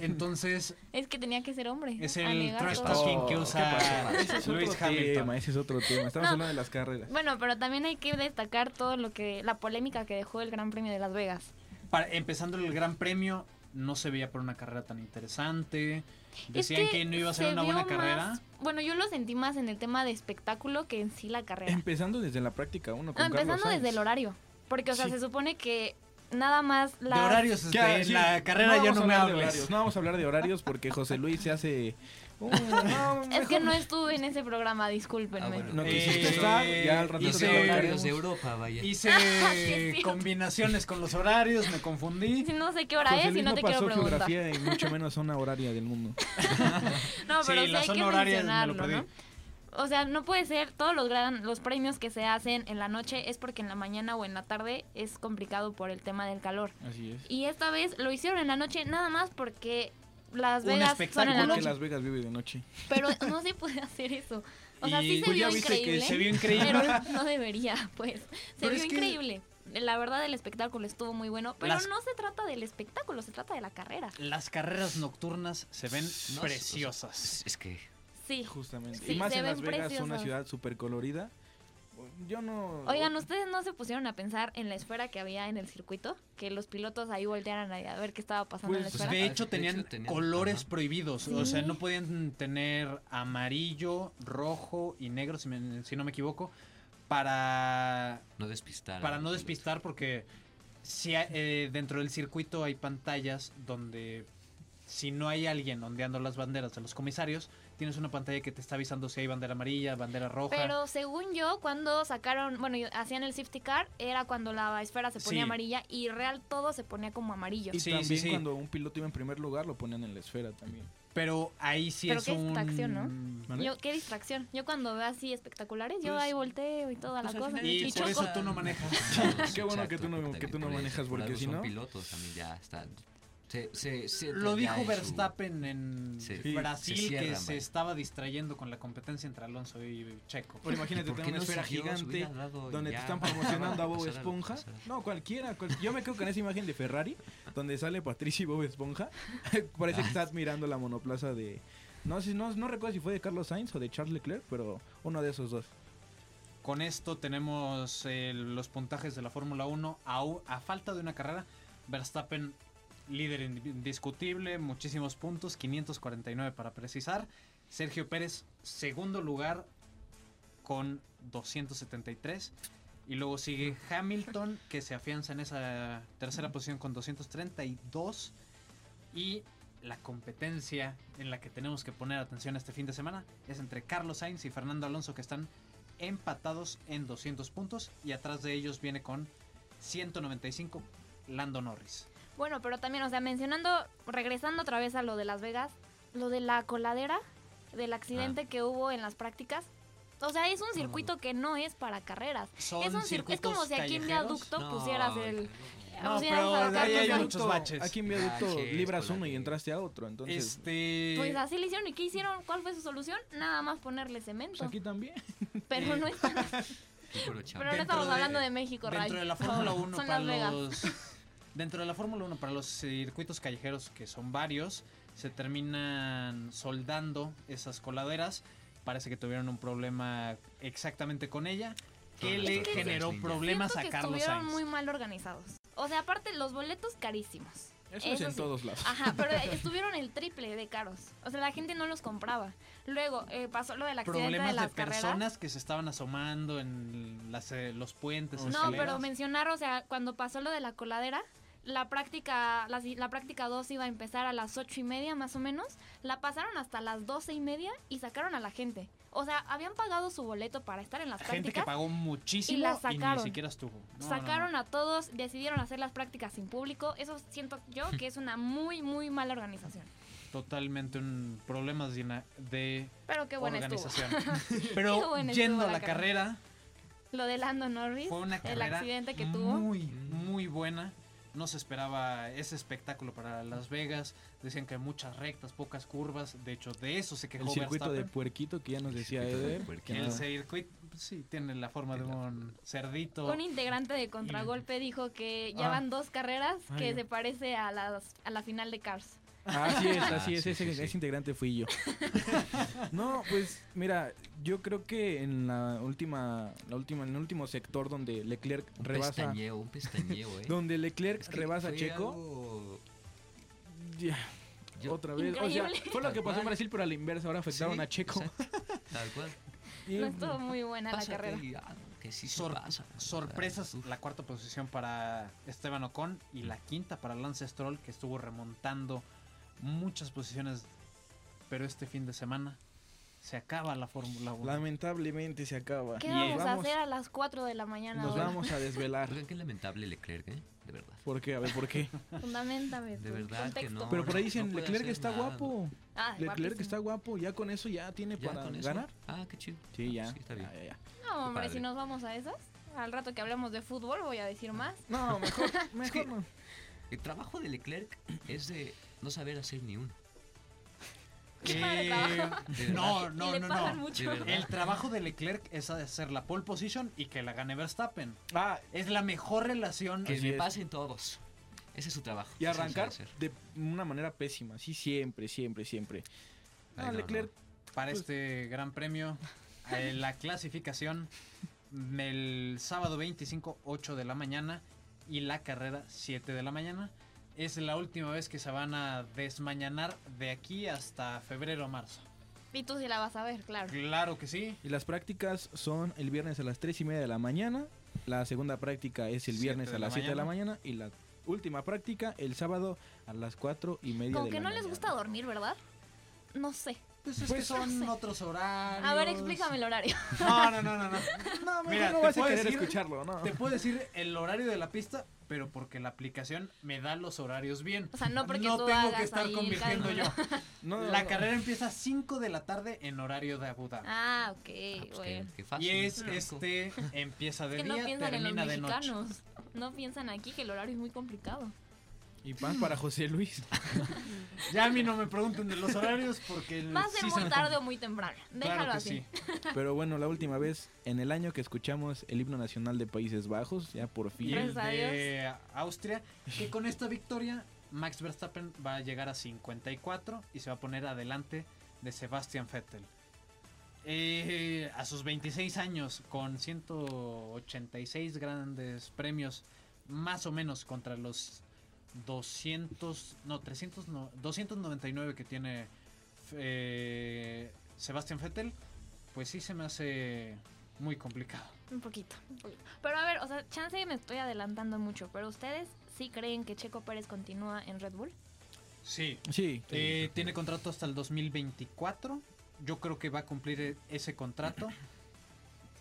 [SPEAKER 3] Entonces,
[SPEAKER 2] Es que tenía que ser hombre.
[SPEAKER 3] es
[SPEAKER 2] ¿no? A
[SPEAKER 3] el
[SPEAKER 2] negar
[SPEAKER 3] trash
[SPEAKER 2] todo.
[SPEAKER 5] pasó?
[SPEAKER 3] talking que
[SPEAKER 5] ¿Qué
[SPEAKER 3] usa
[SPEAKER 5] Ese es otro
[SPEAKER 3] Luis
[SPEAKER 5] tema,
[SPEAKER 3] Hamilton.
[SPEAKER 5] ese es otro tema. Estamos
[SPEAKER 2] No.
[SPEAKER 5] hablando de las carreras.
[SPEAKER 2] Bueno, pero también hay que destacar todo lo que la polémica que dejó el Gran Premio de Las Vegas.
[SPEAKER 3] Para- empezando el Gran Premio, no se veía por una carrera tan interesante.
[SPEAKER 2] Es
[SPEAKER 3] Decían que, no iba a ser
[SPEAKER 2] se
[SPEAKER 3] una buena
[SPEAKER 2] vio
[SPEAKER 3] carrera.
[SPEAKER 2] más- bueno, yo lo sentí más en el tema de espectáculo que en sí la carrera.
[SPEAKER 5] Empezando desde la práctica uno
[SPEAKER 2] No,
[SPEAKER 5] con Carlos
[SPEAKER 2] Ah, empezando
[SPEAKER 5] Sainz.
[SPEAKER 2] desde el horario, porque o sea,
[SPEAKER 5] Sí.
[SPEAKER 2] se supone que nada más las
[SPEAKER 3] De horarios, este,
[SPEAKER 5] Ya,
[SPEAKER 3] en
[SPEAKER 5] sí,
[SPEAKER 3] la carrera ya
[SPEAKER 5] vamos a
[SPEAKER 3] no me
[SPEAKER 5] hablar de
[SPEAKER 3] hables.
[SPEAKER 5] horarios, No vamos a hablar de horarios porque José Luis se hace... Uh, no,
[SPEAKER 2] Es que
[SPEAKER 5] mejor-
[SPEAKER 2] no estuve en ese programa, discúlpenme.
[SPEAKER 4] Ah, bueno.
[SPEAKER 5] No
[SPEAKER 4] Eh,
[SPEAKER 5] quisiste estar, ya al
[SPEAKER 4] Y
[SPEAKER 5] ratito
[SPEAKER 3] hice-
[SPEAKER 5] te hablaremos.
[SPEAKER 4] horarios de Europa, vaya.
[SPEAKER 2] sí, es
[SPEAKER 3] Hice
[SPEAKER 2] cierto.
[SPEAKER 3] combinaciones con los horarios, me confundí.
[SPEAKER 2] Si no sé qué hora
[SPEAKER 5] José
[SPEAKER 2] es y
[SPEAKER 5] Luis
[SPEAKER 2] no, te quiero
[SPEAKER 5] pasó
[SPEAKER 2] preguntar.
[SPEAKER 5] geografía y mucho menos zona horaria del mundo.
[SPEAKER 2] No, pero
[SPEAKER 3] Sí,
[SPEAKER 2] sí,
[SPEAKER 3] la
[SPEAKER 2] hay que
[SPEAKER 3] zona horaria me
[SPEAKER 2] mencionarlo,
[SPEAKER 3] lo perdí.
[SPEAKER 2] ¿no? O sea, no puede ser, todos los gran, los premios que se hacen en la noche es porque en la mañana o en la tarde es complicado por el tema del calor.
[SPEAKER 5] Así es.
[SPEAKER 2] Y esta vez lo hicieron en la noche nada más porque Las
[SPEAKER 3] Un
[SPEAKER 2] Vegas son en la
[SPEAKER 3] espectáculo
[SPEAKER 5] Porque
[SPEAKER 2] noche.
[SPEAKER 5] Las Vegas vive de noche.
[SPEAKER 2] Pero no se puede hacer eso. O sea,
[SPEAKER 3] Y-
[SPEAKER 2] sí se
[SPEAKER 3] Pues
[SPEAKER 5] ya
[SPEAKER 2] vio
[SPEAKER 5] viste que
[SPEAKER 2] increíble.
[SPEAKER 3] se vio increíble.
[SPEAKER 2] Pero no debería, pues. Se
[SPEAKER 3] Pero
[SPEAKER 2] vio
[SPEAKER 3] es que-
[SPEAKER 2] increíble. La verdad, el espectáculo estuvo muy bueno. Pero
[SPEAKER 3] Las-
[SPEAKER 2] no se trata del espectáculo, se trata de la carrera.
[SPEAKER 3] Las carreras nocturnas se ven
[SPEAKER 4] No,
[SPEAKER 3] preciosas.
[SPEAKER 4] Es que
[SPEAKER 2] Sí.
[SPEAKER 5] Justamente.
[SPEAKER 2] Sí,
[SPEAKER 5] y más
[SPEAKER 2] se
[SPEAKER 5] en
[SPEAKER 2] ven
[SPEAKER 5] Las Vegas, una
[SPEAKER 2] preciosas.
[SPEAKER 5] ciudad súper colorida. Yo no.
[SPEAKER 2] Oigan, ¿ustedes no se pusieron a pensar en la esfera que había en el circuito? Que los pilotos ahí voltearan a a ver qué estaba pasando
[SPEAKER 5] Pues,
[SPEAKER 2] en la
[SPEAKER 4] Ajá,
[SPEAKER 3] de
[SPEAKER 2] esfera.
[SPEAKER 4] de
[SPEAKER 3] hecho,
[SPEAKER 4] hecho,
[SPEAKER 3] tenían
[SPEAKER 4] tenían-
[SPEAKER 3] colores
[SPEAKER 4] ajá.
[SPEAKER 3] prohibidos. O
[SPEAKER 2] Sí.
[SPEAKER 3] sea, no podían tener amarillo, rojo y negro, si, me- si no me equivoco, para,
[SPEAKER 4] no despistar.
[SPEAKER 3] para
[SPEAKER 4] al
[SPEAKER 3] no
[SPEAKER 4] piloto.
[SPEAKER 3] despistar, porque si hay- eh, dentro del circuito hay pantallas donde si no hay alguien ondeando las banderas de los comisarios, tienes una pantalla que te está avisando si hay bandera amarilla, bandera roja.
[SPEAKER 2] Pero según yo, cuando sacaron, bueno, yo- hacían el safety car, era cuando la esfera se ponía
[SPEAKER 3] Sí.
[SPEAKER 2] amarilla y real todo se ponía como amarillo.
[SPEAKER 5] Y
[SPEAKER 3] Sí,
[SPEAKER 5] también
[SPEAKER 3] sí, sí.
[SPEAKER 5] cuando un piloto iba en primer lugar lo ponían en la esfera también.
[SPEAKER 3] Pero ahí sí
[SPEAKER 2] Pero
[SPEAKER 3] es
[SPEAKER 2] qué distracción, ¿no?
[SPEAKER 3] un...
[SPEAKER 5] ¿vale?
[SPEAKER 2] Yo, qué distracción. Yo cuando veo así espectaculares, yo
[SPEAKER 4] Pues-
[SPEAKER 2] ahí volteo y toda
[SPEAKER 4] Pues
[SPEAKER 2] la
[SPEAKER 4] al
[SPEAKER 2] cosa.
[SPEAKER 4] final
[SPEAKER 3] Y
[SPEAKER 2] Y
[SPEAKER 3] por
[SPEAKER 2] choco.
[SPEAKER 3] eso tú no manejas.
[SPEAKER 5] Qué bueno que tú no-
[SPEAKER 4] porque
[SPEAKER 5] que tú no
[SPEAKER 4] también por
[SPEAKER 5] manejas,
[SPEAKER 4] eso, por
[SPEAKER 5] porque
[SPEAKER 4] algo
[SPEAKER 5] si
[SPEAKER 4] son
[SPEAKER 5] no-
[SPEAKER 4] pilotos también ya están. Se, se, se-
[SPEAKER 3] Lo
[SPEAKER 4] ya en
[SPEAKER 3] dijo
[SPEAKER 4] su-
[SPEAKER 3] Verstappen en
[SPEAKER 4] Sí.
[SPEAKER 5] Sí.
[SPEAKER 3] Brasil,
[SPEAKER 4] Se cierran,
[SPEAKER 3] que
[SPEAKER 4] vaya.
[SPEAKER 3] se estaba distrayendo con la competencia entre Alonso y Checo.
[SPEAKER 5] Pero imagínate
[SPEAKER 4] ¿Por qué
[SPEAKER 5] tener una
[SPEAKER 4] no
[SPEAKER 5] esfera
[SPEAKER 4] siguió? Se
[SPEAKER 5] gigante
[SPEAKER 4] hubiera dado y
[SPEAKER 5] donde te
[SPEAKER 4] ya
[SPEAKER 5] están
[SPEAKER 4] pasaba
[SPEAKER 5] promocionando a
[SPEAKER 4] lo que pasara,
[SPEAKER 5] Bob
[SPEAKER 4] lo que
[SPEAKER 5] Esponja.
[SPEAKER 4] pasara.
[SPEAKER 5] No, cualquiera. cual- Yo me creo que en esa imagen de Ferrari donde sale Patricio y Bob Esponja parece
[SPEAKER 3] Ah.
[SPEAKER 5] que estás mirando la monoplaza de. No, sé, no, no recuerdo si fue de Carlos Sainz o de Charles Leclerc, pero uno de esos dos.
[SPEAKER 3] Con esto tenemos eh, los puntajes de la Fórmula 1 a, u- a falta de una carrera. Verstappen líder indiscutible, muchísimos puntos, 549 para precisar. Sergio Pérez segundo lugar con 273. Y luego sigue Hamilton que se afianza en esa tercera posición con 232. Y la competencia en la que tenemos que poner atención este fin de semana es entre Carlos Sainz y Fernando Alonso que están empatados en 200 puntos y atrás de ellos viene con 195 Lando Norris.
[SPEAKER 2] Bueno, pero también, o sea, mencionando, regresando otra vez a
[SPEAKER 3] Ah.
[SPEAKER 2] lo de Las Vegas, lo de la coladera, del accidente que hubo en las prácticas, O sea, es un circuito que no es para carreras.
[SPEAKER 3] Son
[SPEAKER 2] es, un circu- es como
[SPEAKER 3] circuitos
[SPEAKER 2] si aquí en
[SPEAKER 3] callejeros.
[SPEAKER 2] viaducto
[SPEAKER 4] No,
[SPEAKER 2] pusieras el...
[SPEAKER 3] No,
[SPEAKER 2] pusieras
[SPEAKER 3] pero
[SPEAKER 2] acá
[SPEAKER 3] ahí
[SPEAKER 2] tu
[SPEAKER 3] hay
[SPEAKER 2] carro.
[SPEAKER 3] muchos baches. Ah,
[SPEAKER 5] Aquí en viaducto
[SPEAKER 4] Baches,
[SPEAKER 5] libras
[SPEAKER 4] con la
[SPEAKER 5] uno y
[SPEAKER 4] que-
[SPEAKER 5] entraste a otro. Entonces,
[SPEAKER 3] Este.
[SPEAKER 2] Pues así le hicieron. ¿Y qué hicieron? ¿Cuál fue su solución? Nada más ponerle
[SPEAKER 5] pues
[SPEAKER 2] cemento.
[SPEAKER 5] aquí también.
[SPEAKER 2] Pero no, está-
[SPEAKER 4] Tú puro
[SPEAKER 2] pero
[SPEAKER 4] champ.
[SPEAKER 2] no estamos
[SPEAKER 3] de-
[SPEAKER 2] hablando de México, Ray.
[SPEAKER 3] Dentro de la Fórmula 1
[SPEAKER 2] Son
[SPEAKER 3] para
[SPEAKER 2] Las Vegas.
[SPEAKER 3] los dentro de la Fórmula 1 para los circuitos callejeros que son varios se terminan soldando esas coladeras. Parece que tuvieron un problema exactamente con ella que
[SPEAKER 4] Todas
[SPEAKER 3] le
[SPEAKER 4] las tortugas
[SPEAKER 3] generó
[SPEAKER 4] ninja.
[SPEAKER 3] problemas
[SPEAKER 2] Siento
[SPEAKER 3] a
[SPEAKER 2] que
[SPEAKER 3] Carlos
[SPEAKER 2] estuvieron
[SPEAKER 3] Sainz.
[SPEAKER 2] muy mal organizados. O sea, aparte los boletos carísimos.
[SPEAKER 5] Eso, es en
[SPEAKER 2] sí. Ah,
[SPEAKER 5] todos lados.
[SPEAKER 2] Ajá, pero estuvieron el triple de caros. O sea, la gente no los compraba. Luego eh, pasó lo del accidente de
[SPEAKER 3] Problemas de,
[SPEAKER 2] las carreras.
[SPEAKER 3] personas que se estaban asomando en las, eh, los puentes.
[SPEAKER 2] No,
[SPEAKER 3] escaleras.
[SPEAKER 2] pero mencionar, o sea, cuando pasó lo de la coladera, la práctica, la, si- la práctica 2 iba a empezar a las ocho y media más o menos, la pasaron hasta las doce y media y sacaron a la gente. O sea, habían pagado su boleto para estar en las
[SPEAKER 3] gente que
[SPEAKER 2] prácticas.
[SPEAKER 3] pagó muchísimo y,
[SPEAKER 2] la sacaron.
[SPEAKER 3] ni siquiera estuvo. No, no,
[SPEAKER 2] Sacaron
[SPEAKER 3] no.
[SPEAKER 2] a todos, decidieron hacer las prácticas sin público. Eso siento yo que es una muy, muy mala organización.
[SPEAKER 3] totalmente un problemas de, ina- de
[SPEAKER 2] Pero qué buena estuvo.
[SPEAKER 3] organización.
[SPEAKER 2] Qué
[SPEAKER 3] Pero
[SPEAKER 2] buena
[SPEAKER 3] yendo
[SPEAKER 2] estuvo
[SPEAKER 3] a
[SPEAKER 2] la
[SPEAKER 3] la carrera,
[SPEAKER 2] Lo de Lando Norris,
[SPEAKER 3] fue una
[SPEAKER 2] el
[SPEAKER 3] carrera
[SPEAKER 2] accidente que tuvo.
[SPEAKER 3] muy, muy buena. No se esperaba ese espectáculo para Las Vegas. Decían que muchas rectas, pocas curvas. De hecho, de eso se
[SPEAKER 5] El
[SPEAKER 3] quejó
[SPEAKER 5] circuito de
[SPEAKER 3] Verstappen.
[SPEAKER 5] puerquito que ya nos
[SPEAKER 4] El
[SPEAKER 5] decía
[SPEAKER 4] circuito de
[SPEAKER 5] Eder. que
[SPEAKER 4] puerquito.
[SPEAKER 3] Que
[SPEAKER 5] nada.
[SPEAKER 3] el circuito sí tiene la forma de
[SPEAKER 4] Tiene la
[SPEAKER 3] un cerdito.
[SPEAKER 2] Un integrante de Contragolpe dijo que ya
[SPEAKER 5] Ah.
[SPEAKER 2] van dos carreras
[SPEAKER 5] Ay,
[SPEAKER 2] que
[SPEAKER 5] ya.
[SPEAKER 2] se parece a, las, a la final de Cars.
[SPEAKER 5] Ah, Así es,
[SPEAKER 4] Ah,
[SPEAKER 5] así es,
[SPEAKER 4] sí,
[SPEAKER 5] ese,
[SPEAKER 4] sí, sí.
[SPEAKER 5] ese integrante fui yo. No, pues mira, yo creo que en la última, la última, en el último sector donde Leclerc
[SPEAKER 4] Un
[SPEAKER 5] rebasa,
[SPEAKER 4] pestañeo, un pestañeo, eh.
[SPEAKER 5] donde Leclerc
[SPEAKER 4] Es que
[SPEAKER 5] rebasa a
[SPEAKER 4] fue
[SPEAKER 5] Checo,
[SPEAKER 4] algo-
[SPEAKER 5] ya,
[SPEAKER 4] Yo-
[SPEAKER 5] otra vez, o sea,
[SPEAKER 2] Increíble.
[SPEAKER 5] fue lo que
[SPEAKER 4] Tal
[SPEAKER 5] pasó en
[SPEAKER 4] cual.
[SPEAKER 5] Brasil, pero a la inversa, ahora afectaron
[SPEAKER 4] Sí,
[SPEAKER 5] a Pues Checo.
[SPEAKER 4] exacto, Tal cual.
[SPEAKER 5] Y-
[SPEAKER 2] No estuvo muy buena
[SPEAKER 4] Pásate
[SPEAKER 2] la carrera.
[SPEAKER 4] y, ah, que sí se
[SPEAKER 3] Sor-
[SPEAKER 4] pasa. o sea,
[SPEAKER 3] Sorpresas,
[SPEAKER 4] uf.
[SPEAKER 3] la cuarta posición para Esteban Ocon y la quinta para Lance Stroll, que estuvo remontando muchas posiciones, pero este fin de semana se acaba la Fórmula 1.
[SPEAKER 5] Lamentablemente se acaba.
[SPEAKER 2] ¿Qué
[SPEAKER 3] Y
[SPEAKER 2] vamos a
[SPEAKER 5] vamos-
[SPEAKER 2] hacer a las 4 de la mañana
[SPEAKER 5] Nos
[SPEAKER 2] ahora?
[SPEAKER 5] vamos a desvelar.
[SPEAKER 4] Oigan, qué lamentable Leclerc, ¿eh? De verdad.
[SPEAKER 5] ¿Por qué? A ver, ¿por qué?
[SPEAKER 2] Fundamentame
[SPEAKER 4] De
[SPEAKER 2] tu
[SPEAKER 4] verdad que
[SPEAKER 2] contexto.
[SPEAKER 4] no.
[SPEAKER 5] Pero por ahí dicen,
[SPEAKER 4] no puede
[SPEAKER 5] Leclerc
[SPEAKER 4] hacer
[SPEAKER 5] está
[SPEAKER 4] nada,
[SPEAKER 5] guapo.
[SPEAKER 2] Ah,
[SPEAKER 5] Leclerc
[SPEAKER 2] guapísimo.
[SPEAKER 5] está guapo, ya con eso ya tiene
[SPEAKER 4] ¿Ya
[SPEAKER 5] para
[SPEAKER 4] con eso?
[SPEAKER 5] ganar.
[SPEAKER 4] Ah, qué chido.
[SPEAKER 5] Sí,
[SPEAKER 4] Ah,
[SPEAKER 5] ya.
[SPEAKER 4] pues está bien.
[SPEAKER 5] Ah, ya, ya.
[SPEAKER 2] No, hombre,
[SPEAKER 4] padre. Ah.
[SPEAKER 2] si nos vamos a esas, al rato que hablemos de fútbol voy a decir más.
[SPEAKER 5] No, mejor, mejor no.
[SPEAKER 4] El trabajo de Leclerc es de no saber hacer ni uno.
[SPEAKER 2] Qué padre
[SPEAKER 3] Eh,
[SPEAKER 2] trabajo.
[SPEAKER 4] De
[SPEAKER 3] no,
[SPEAKER 4] verdad.
[SPEAKER 2] y
[SPEAKER 3] no,
[SPEAKER 2] le
[SPEAKER 3] no,
[SPEAKER 2] pagan
[SPEAKER 3] no.
[SPEAKER 2] mucho.
[SPEAKER 4] De verdad.
[SPEAKER 3] El trabajo de Leclerc es hacer la pole position y que la gane Verstappen.
[SPEAKER 5] Ah,
[SPEAKER 3] Es la mejor relación.
[SPEAKER 4] Que
[SPEAKER 5] Así
[SPEAKER 4] me
[SPEAKER 5] es.
[SPEAKER 4] pasen todos. Ese es su trabajo.
[SPEAKER 5] Y
[SPEAKER 4] Eso sabe
[SPEAKER 5] arrancar
[SPEAKER 4] hacer.
[SPEAKER 5] de una manera pésima, sí, siempre, siempre, siempre. No,
[SPEAKER 4] Ay, no,
[SPEAKER 5] Leclerc,
[SPEAKER 3] para
[SPEAKER 5] Pues-
[SPEAKER 3] este gran premio. eh, la clasificación el sábado 25, 8 de la mañana y la carrera 7 de la mañana. Es la última vez que se van a desmañanar de aquí hasta febrero o marzo.
[SPEAKER 2] Y tú sí la vas a ver, claro.
[SPEAKER 3] Claro que sí.
[SPEAKER 5] y las prácticas son el viernes a las 3 y media de la mañana, la segunda práctica es el
[SPEAKER 3] Siete
[SPEAKER 5] viernes
[SPEAKER 3] de
[SPEAKER 5] a
[SPEAKER 3] la
[SPEAKER 5] las 7 de la mañana y la última práctica el sábado a las 4 y media
[SPEAKER 2] Como
[SPEAKER 5] de
[SPEAKER 2] que
[SPEAKER 5] la
[SPEAKER 2] no les
[SPEAKER 5] mañana.
[SPEAKER 2] gusta dormir, ¿verdad? No sé.
[SPEAKER 3] Pues es que
[SPEAKER 5] Pues-
[SPEAKER 3] son otros horarios.
[SPEAKER 2] A ver, explícame el horario.
[SPEAKER 3] No, no, no, no. no.
[SPEAKER 5] No, mejor
[SPEAKER 3] Mira,
[SPEAKER 5] no
[SPEAKER 3] te
[SPEAKER 5] vas a
[SPEAKER 3] puedo
[SPEAKER 5] querer
[SPEAKER 3] decir-
[SPEAKER 5] escucharlo, ¿no?
[SPEAKER 3] Te puedo decir el horario de la pista, pero porque la aplicación me da los horarios bien.
[SPEAKER 2] O sea, no porque tú
[SPEAKER 3] tengo
[SPEAKER 2] hagas
[SPEAKER 3] que estar
[SPEAKER 2] ahí el
[SPEAKER 3] convirtiendo yo.
[SPEAKER 2] cálculo.
[SPEAKER 5] No, no,
[SPEAKER 3] la
[SPEAKER 5] no.
[SPEAKER 3] carrera empieza a 5 de la tarde en horario de Abu Dhabi.
[SPEAKER 2] Ah, ok,
[SPEAKER 4] Ah, pues
[SPEAKER 2] bueno.
[SPEAKER 4] qué, qué fácil.
[SPEAKER 3] y es
[SPEAKER 4] Franco.
[SPEAKER 3] este, empieza de
[SPEAKER 2] Es que no
[SPEAKER 3] día,
[SPEAKER 2] piensan en los
[SPEAKER 3] termina de noche.
[SPEAKER 2] mexicanos. No piensan aquí que el horario es muy complicado.
[SPEAKER 5] Y paz para José Luis.
[SPEAKER 3] Ya a mí no me pregunten de los horarios porque el-
[SPEAKER 2] Va a ser
[SPEAKER 3] sí se
[SPEAKER 2] muy
[SPEAKER 3] me-
[SPEAKER 2] tarde o muy temprano. Déjalo
[SPEAKER 3] Claro que
[SPEAKER 2] así.
[SPEAKER 3] sí.
[SPEAKER 5] Pero bueno, la última vez en el año que escuchamos el himno nacional de Países Bajos, ya por
[SPEAKER 3] Y
[SPEAKER 5] fin.
[SPEAKER 2] Gracias.
[SPEAKER 3] el
[SPEAKER 2] a
[SPEAKER 3] de Austria, que con esta victoria Max Verstappen va a llegar a 54 y se va a poner adelante de Sebastian Vettel. Eh, a sus 26 años, con 186 grandes premios, más o menos contra los 200, no, 300, no, 299 que tiene eh, Sebastian Vettel, pues sí se me hace muy complicado.
[SPEAKER 2] Un poquito, un poquito. Pero a ver, o sea, chance me estoy adelantando mucho, pero ¿ustedes sí creen que Checo Pérez continúa en Red Bull?
[SPEAKER 3] Sí,
[SPEAKER 5] Sí.
[SPEAKER 3] Eh, tiene contrato hasta el 2024. Yo creo que va a cumplir e- ese contrato.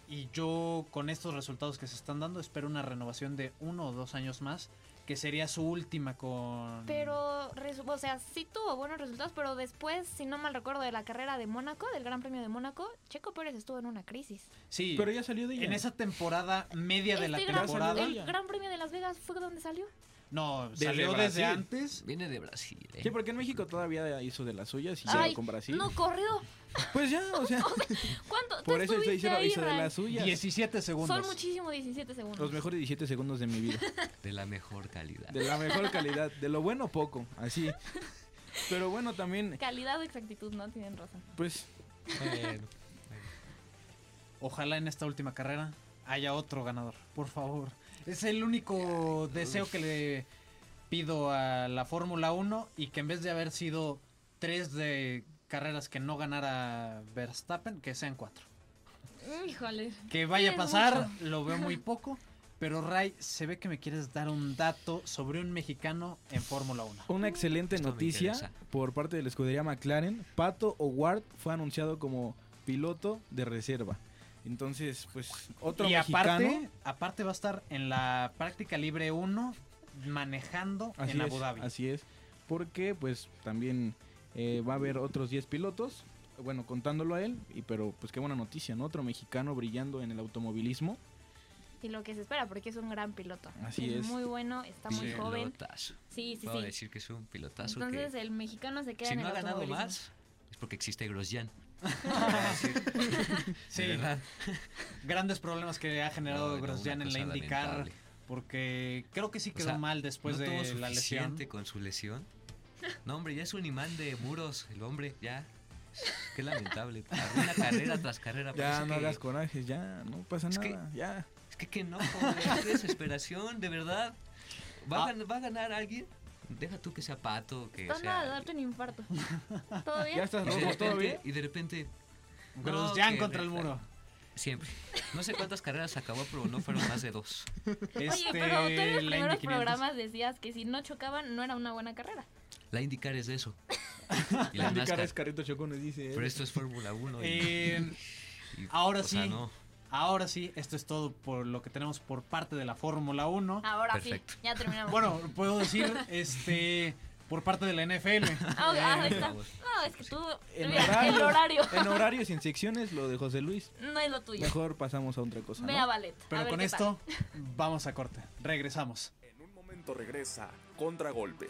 [SPEAKER 3] Y yo, con estos resultados que se están dando, espero una renovación de uno o dos años más. que sería su última con...
[SPEAKER 2] Pero, resu- o sea, sí tuvo buenos resultados, pero después, si no mal recuerdo, de la carrera de Mónaco, del Gran Premio de Mónaco, Checo Pérez estuvo en una crisis.
[SPEAKER 3] Sí,
[SPEAKER 5] Pero ya salió de ella.
[SPEAKER 3] en esa temporada media de la
[SPEAKER 2] Este gran,
[SPEAKER 3] temporada...
[SPEAKER 2] el Gran Premio de Las Vegas fue donde salió.
[SPEAKER 3] No,
[SPEAKER 5] Desde
[SPEAKER 3] salió
[SPEAKER 5] Brasil.
[SPEAKER 3] desde antes.
[SPEAKER 4] Viene de Brasil, ¿eh?
[SPEAKER 5] Sí, porque en México todavía hizo de las suyas y
[SPEAKER 2] Ay,
[SPEAKER 5] llegó con Brasil.
[SPEAKER 2] No corrió.
[SPEAKER 5] Pues ya, o sea,
[SPEAKER 2] ¿Cuánto? ¿Tú
[SPEAKER 5] por eso
[SPEAKER 2] estuviste
[SPEAKER 5] estoy diciendo
[SPEAKER 2] ahí,
[SPEAKER 5] hizo de
[SPEAKER 2] Ray?
[SPEAKER 5] las suyas.
[SPEAKER 3] 17 segundos.
[SPEAKER 2] Son muchísimo 17
[SPEAKER 5] Los
[SPEAKER 2] segundos.
[SPEAKER 5] mejores 17 segundos de mi vida.
[SPEAKER 4] De la mejor calidad.
[SPEAKER 5] De la mejor calidad. De lo bueno, poco. Así. Pero bueno, también,
[SPEAKER 2] Calidad o exactitud no tienen razón.
[SPEAKER 5] pues,
[SPEAKER 4] Bueno.
[SPEAKER 3] Ojalá en esta última carrera haya otro ganador, por favor. Es el único deseo que le pido a la Fórmula 1 y que en vez de haber sido tres de carreras que no ganara Verstappen, que sean cuatro.
[SPEAKER 2] Híjole.
[SPEAKER 3] Que vaya a
[SPEAKER 2] es
[SPEAKER 3] pasar, lo veo muy poco. Pero Ray, se ve que me quieres dar un dato sobre un mexicano en Fórmula 1.
[SPEAKER 5] una excelente
[SPEAKER 4] Esto me
[SPEAKER 5] noticia
[SPEAKER 4] interesa.
[SPEAKER 5] por parte de la escudería McLaren. Pato O'Ward fue anunciado como piloto de reserva. Entonces, pues, otro
[SPEAKER 3] y
[SPEAKER 5] mexicano.
[SPEAKER 3] aparte, aparte va a estar en la práctica libre 1 manejando
[SPEAKER 5] Así
[SPEAKER 3] en Abu
[SPEAKER 5] es,
[SPEAKER 3] Dhabi.
[SPEAKER 5] Así es. Porque pues también eh, va a haber otros 10 pilotos. Bueno, contándolo a él. Y, pero pues qué buena noticia, ¿no? Otro mexicano brillando en el automovilismo.
[SPEAKER 2] Y lo que se espera, porque es un gran piloto.
[SPEAKER 5] Así es.
[SPEAKER 2] muy bueno, está muy
[SPEAKER 4] Sí.
[SPEAKER 2] joven.
[SPEAKER 4] Pilotazo.
[SPEAKER 2] Sí, sí,
[SPEAKER 4] Puedo
[SPEAKER 2] sí.
[SPEAKER 4] decir que es un pilotazo
[SPEAKER 2] Entonces
[SPEAKER 4] que
[SPEAKER 2] el mexicano se queda
[SPEAKER 4] si
[SPEAKER 2] en
[SPEAKER 4] no
[SPEAKER 2] el
[SPEAKER 4] ha ganado
[SPEAKER 2] automovilismo.
[SPEAKER 4] más es porque existe Grosjean.
[SPEAKER 3] Sí,
[SPEAKER 4] De verdad.
[SPEAKER 3] grandes problemas que ha generado
[SPEAKER 4] No, no,
[SPEAKER 3] Grosjean
[SPEAKER 4] una
[SPEAKER 3] en la
[SPEAKER 4] cosa
[SPEAKER 3] IndyCar.
[SPEAKER 4] lamentable.
[SPEAKER 3] Porque creo que sí
[SPEAKER 4] O
[SPEAKER 3] quedó
[SPEAKER 4] sea,
[SPEAKER 3] mal después
[SPEAKER 4] no tuvo
[SPEAKER 3] Pues de la lesión.
[SPEAKER 4] suficiente con su lesión. No, hombre, ya es un imán de muros. El hombre, ya. Qué lamentable. Una carrera tras carrera.
[SPEAKER 5] Ya
[SPEAKER 4] parece
[SPEAKER 5] no
[SPEAKER 4] que-
[SPEAKER 5] hagas corajes, ya, no pasa
[SPEAKER 4] Es que-
[SPEAKER 5] nada. Ya.
[SPEAKER 4] Es que, que no, joder, qué desesperación, de verdad.
[SPEAKER 3] Ah.
[SPEAKER 4] ¿Va, a gan- va a ganar alguien? Deja tú que sea pato, que
[SPEAKER 2] Está nada de
[SPEAKER 4] sea...
[SPEAKER 2] darte un infarto. ¿Todo bien?
[SPEAKER 5] Ya estás
[SPEAKER 4] Y de,
[SPEAKER 5] rojo, ¿todo bien?
[SPEAKER 4] repente, y de repente,
[SPEAKER 3] Grosjean
[SPEAKER 4] que
[SPEAKER 3] contra el
[SPEAKER 4] neta.
[SPEAKER 3] muro.
[SPEAKER 4] siempre. No sé cuántas carreras acabó, pero no fueron más de dos.
[SPEAKER 2] Oye,
[SPEAKER 3] Este,
[SPEAKER 2] pero tú en los
[SPEAKER 3] la
[SPEAKER 2] primeros
[SPEAKER 3] Indy 500.
[SPEAKER 2] programas decías que si no chocaban no era una buena carrera.
[SPEAKER 4] La indicar es eso. Y la
[SPEAKER 5] Indicar
[SPEAKER 4] NASCAR.
[SPEAKER 5] es Carrito Chocones, dice. "Eh, él.
[SPEAKER 4] Pero esto es Fórmula 1. y-
[SPEAKER 3] Eh,
[SPEAKER 4] y,
[SPEAKER 3] ahora
[SPEAKER 4] o sea,
[SPEAKER 3] sí.
[SPEAKER 4] no.
[SPEAKER 3] Ahora sí, esto es todo por lo que tenemos por parte de la Fórmula 1.
[SPEAKER 2] Ahora
[SPEAKER 4] Perfecto.
[SPEAKER 2] sí, ya terminamos.
[SPEAKER 3] Bueno, puedo decir, este, por parte de la NFL.
[SPEAKER 2] Ah, ok, ah, ahí
[SPEAKER 3] Eh,
[SPEAKER 2] está.
[SPEAKER 4] por
[SPEAKER 2] No, es que tú.
[SPEAKER 5] En
[SPEAKER 2] mira,
[SPEAKER 5] horarios.
[SPEAKER 2] el horario
[SPEAKER 5] En horarios y en secciones, lo de José Luis.
[SPEAKER 2] no es lo tuyo.
[SPEAKER 5] Mejor pasamos a otra cosa. ¿no?
[SPEAKER 2] Ve a ballet. a
[SPEAKER 3] pero
[SPEAKER 2] ver
[SPEAKER 3] con
[SPEAKER 2] qué
[SPEAKER 3] esto vamos a corte. Regresamos.
[SPEAKER 1] En un momento regresa Contragolpe.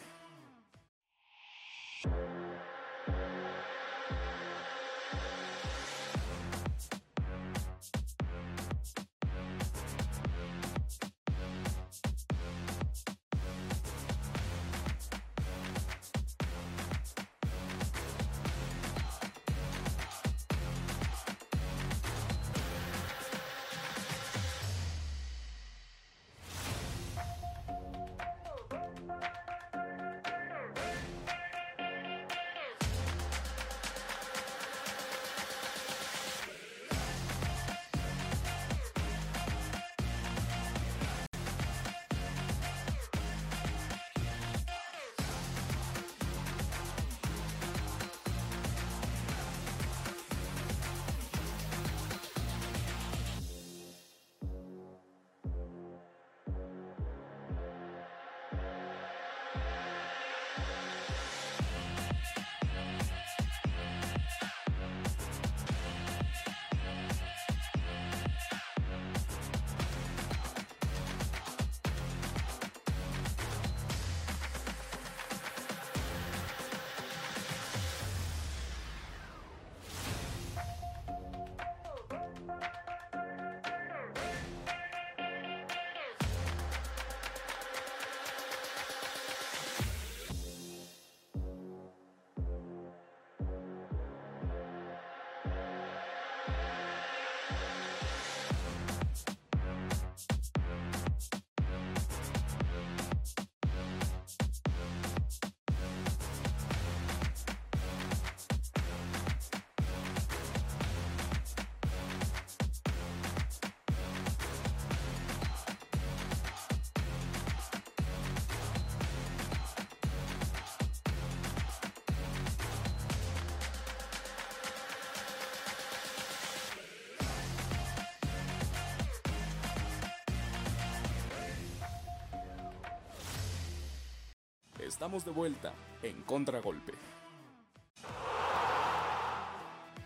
[SPEAKER 1] Estamos de vuelta en Contragolpe.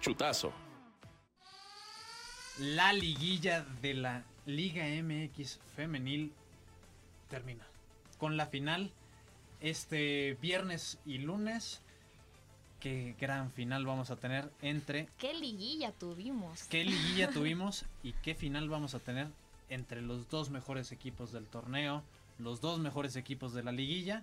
[SPEAKER 1] Chutazo.
[SPEAKER 3] La liguilla de la Liga MX femenil termina. Con la final este viernes y lunes. Qué gran final vamos a tener entre
[SPEAKER 2] Qué liguilla tuvimos.
[SPEAKER 3] qué liguilla tuvimos y qué final vamos a tener entre los dos mejores equipos del torneo, los dos mejores equipos de la liguilla.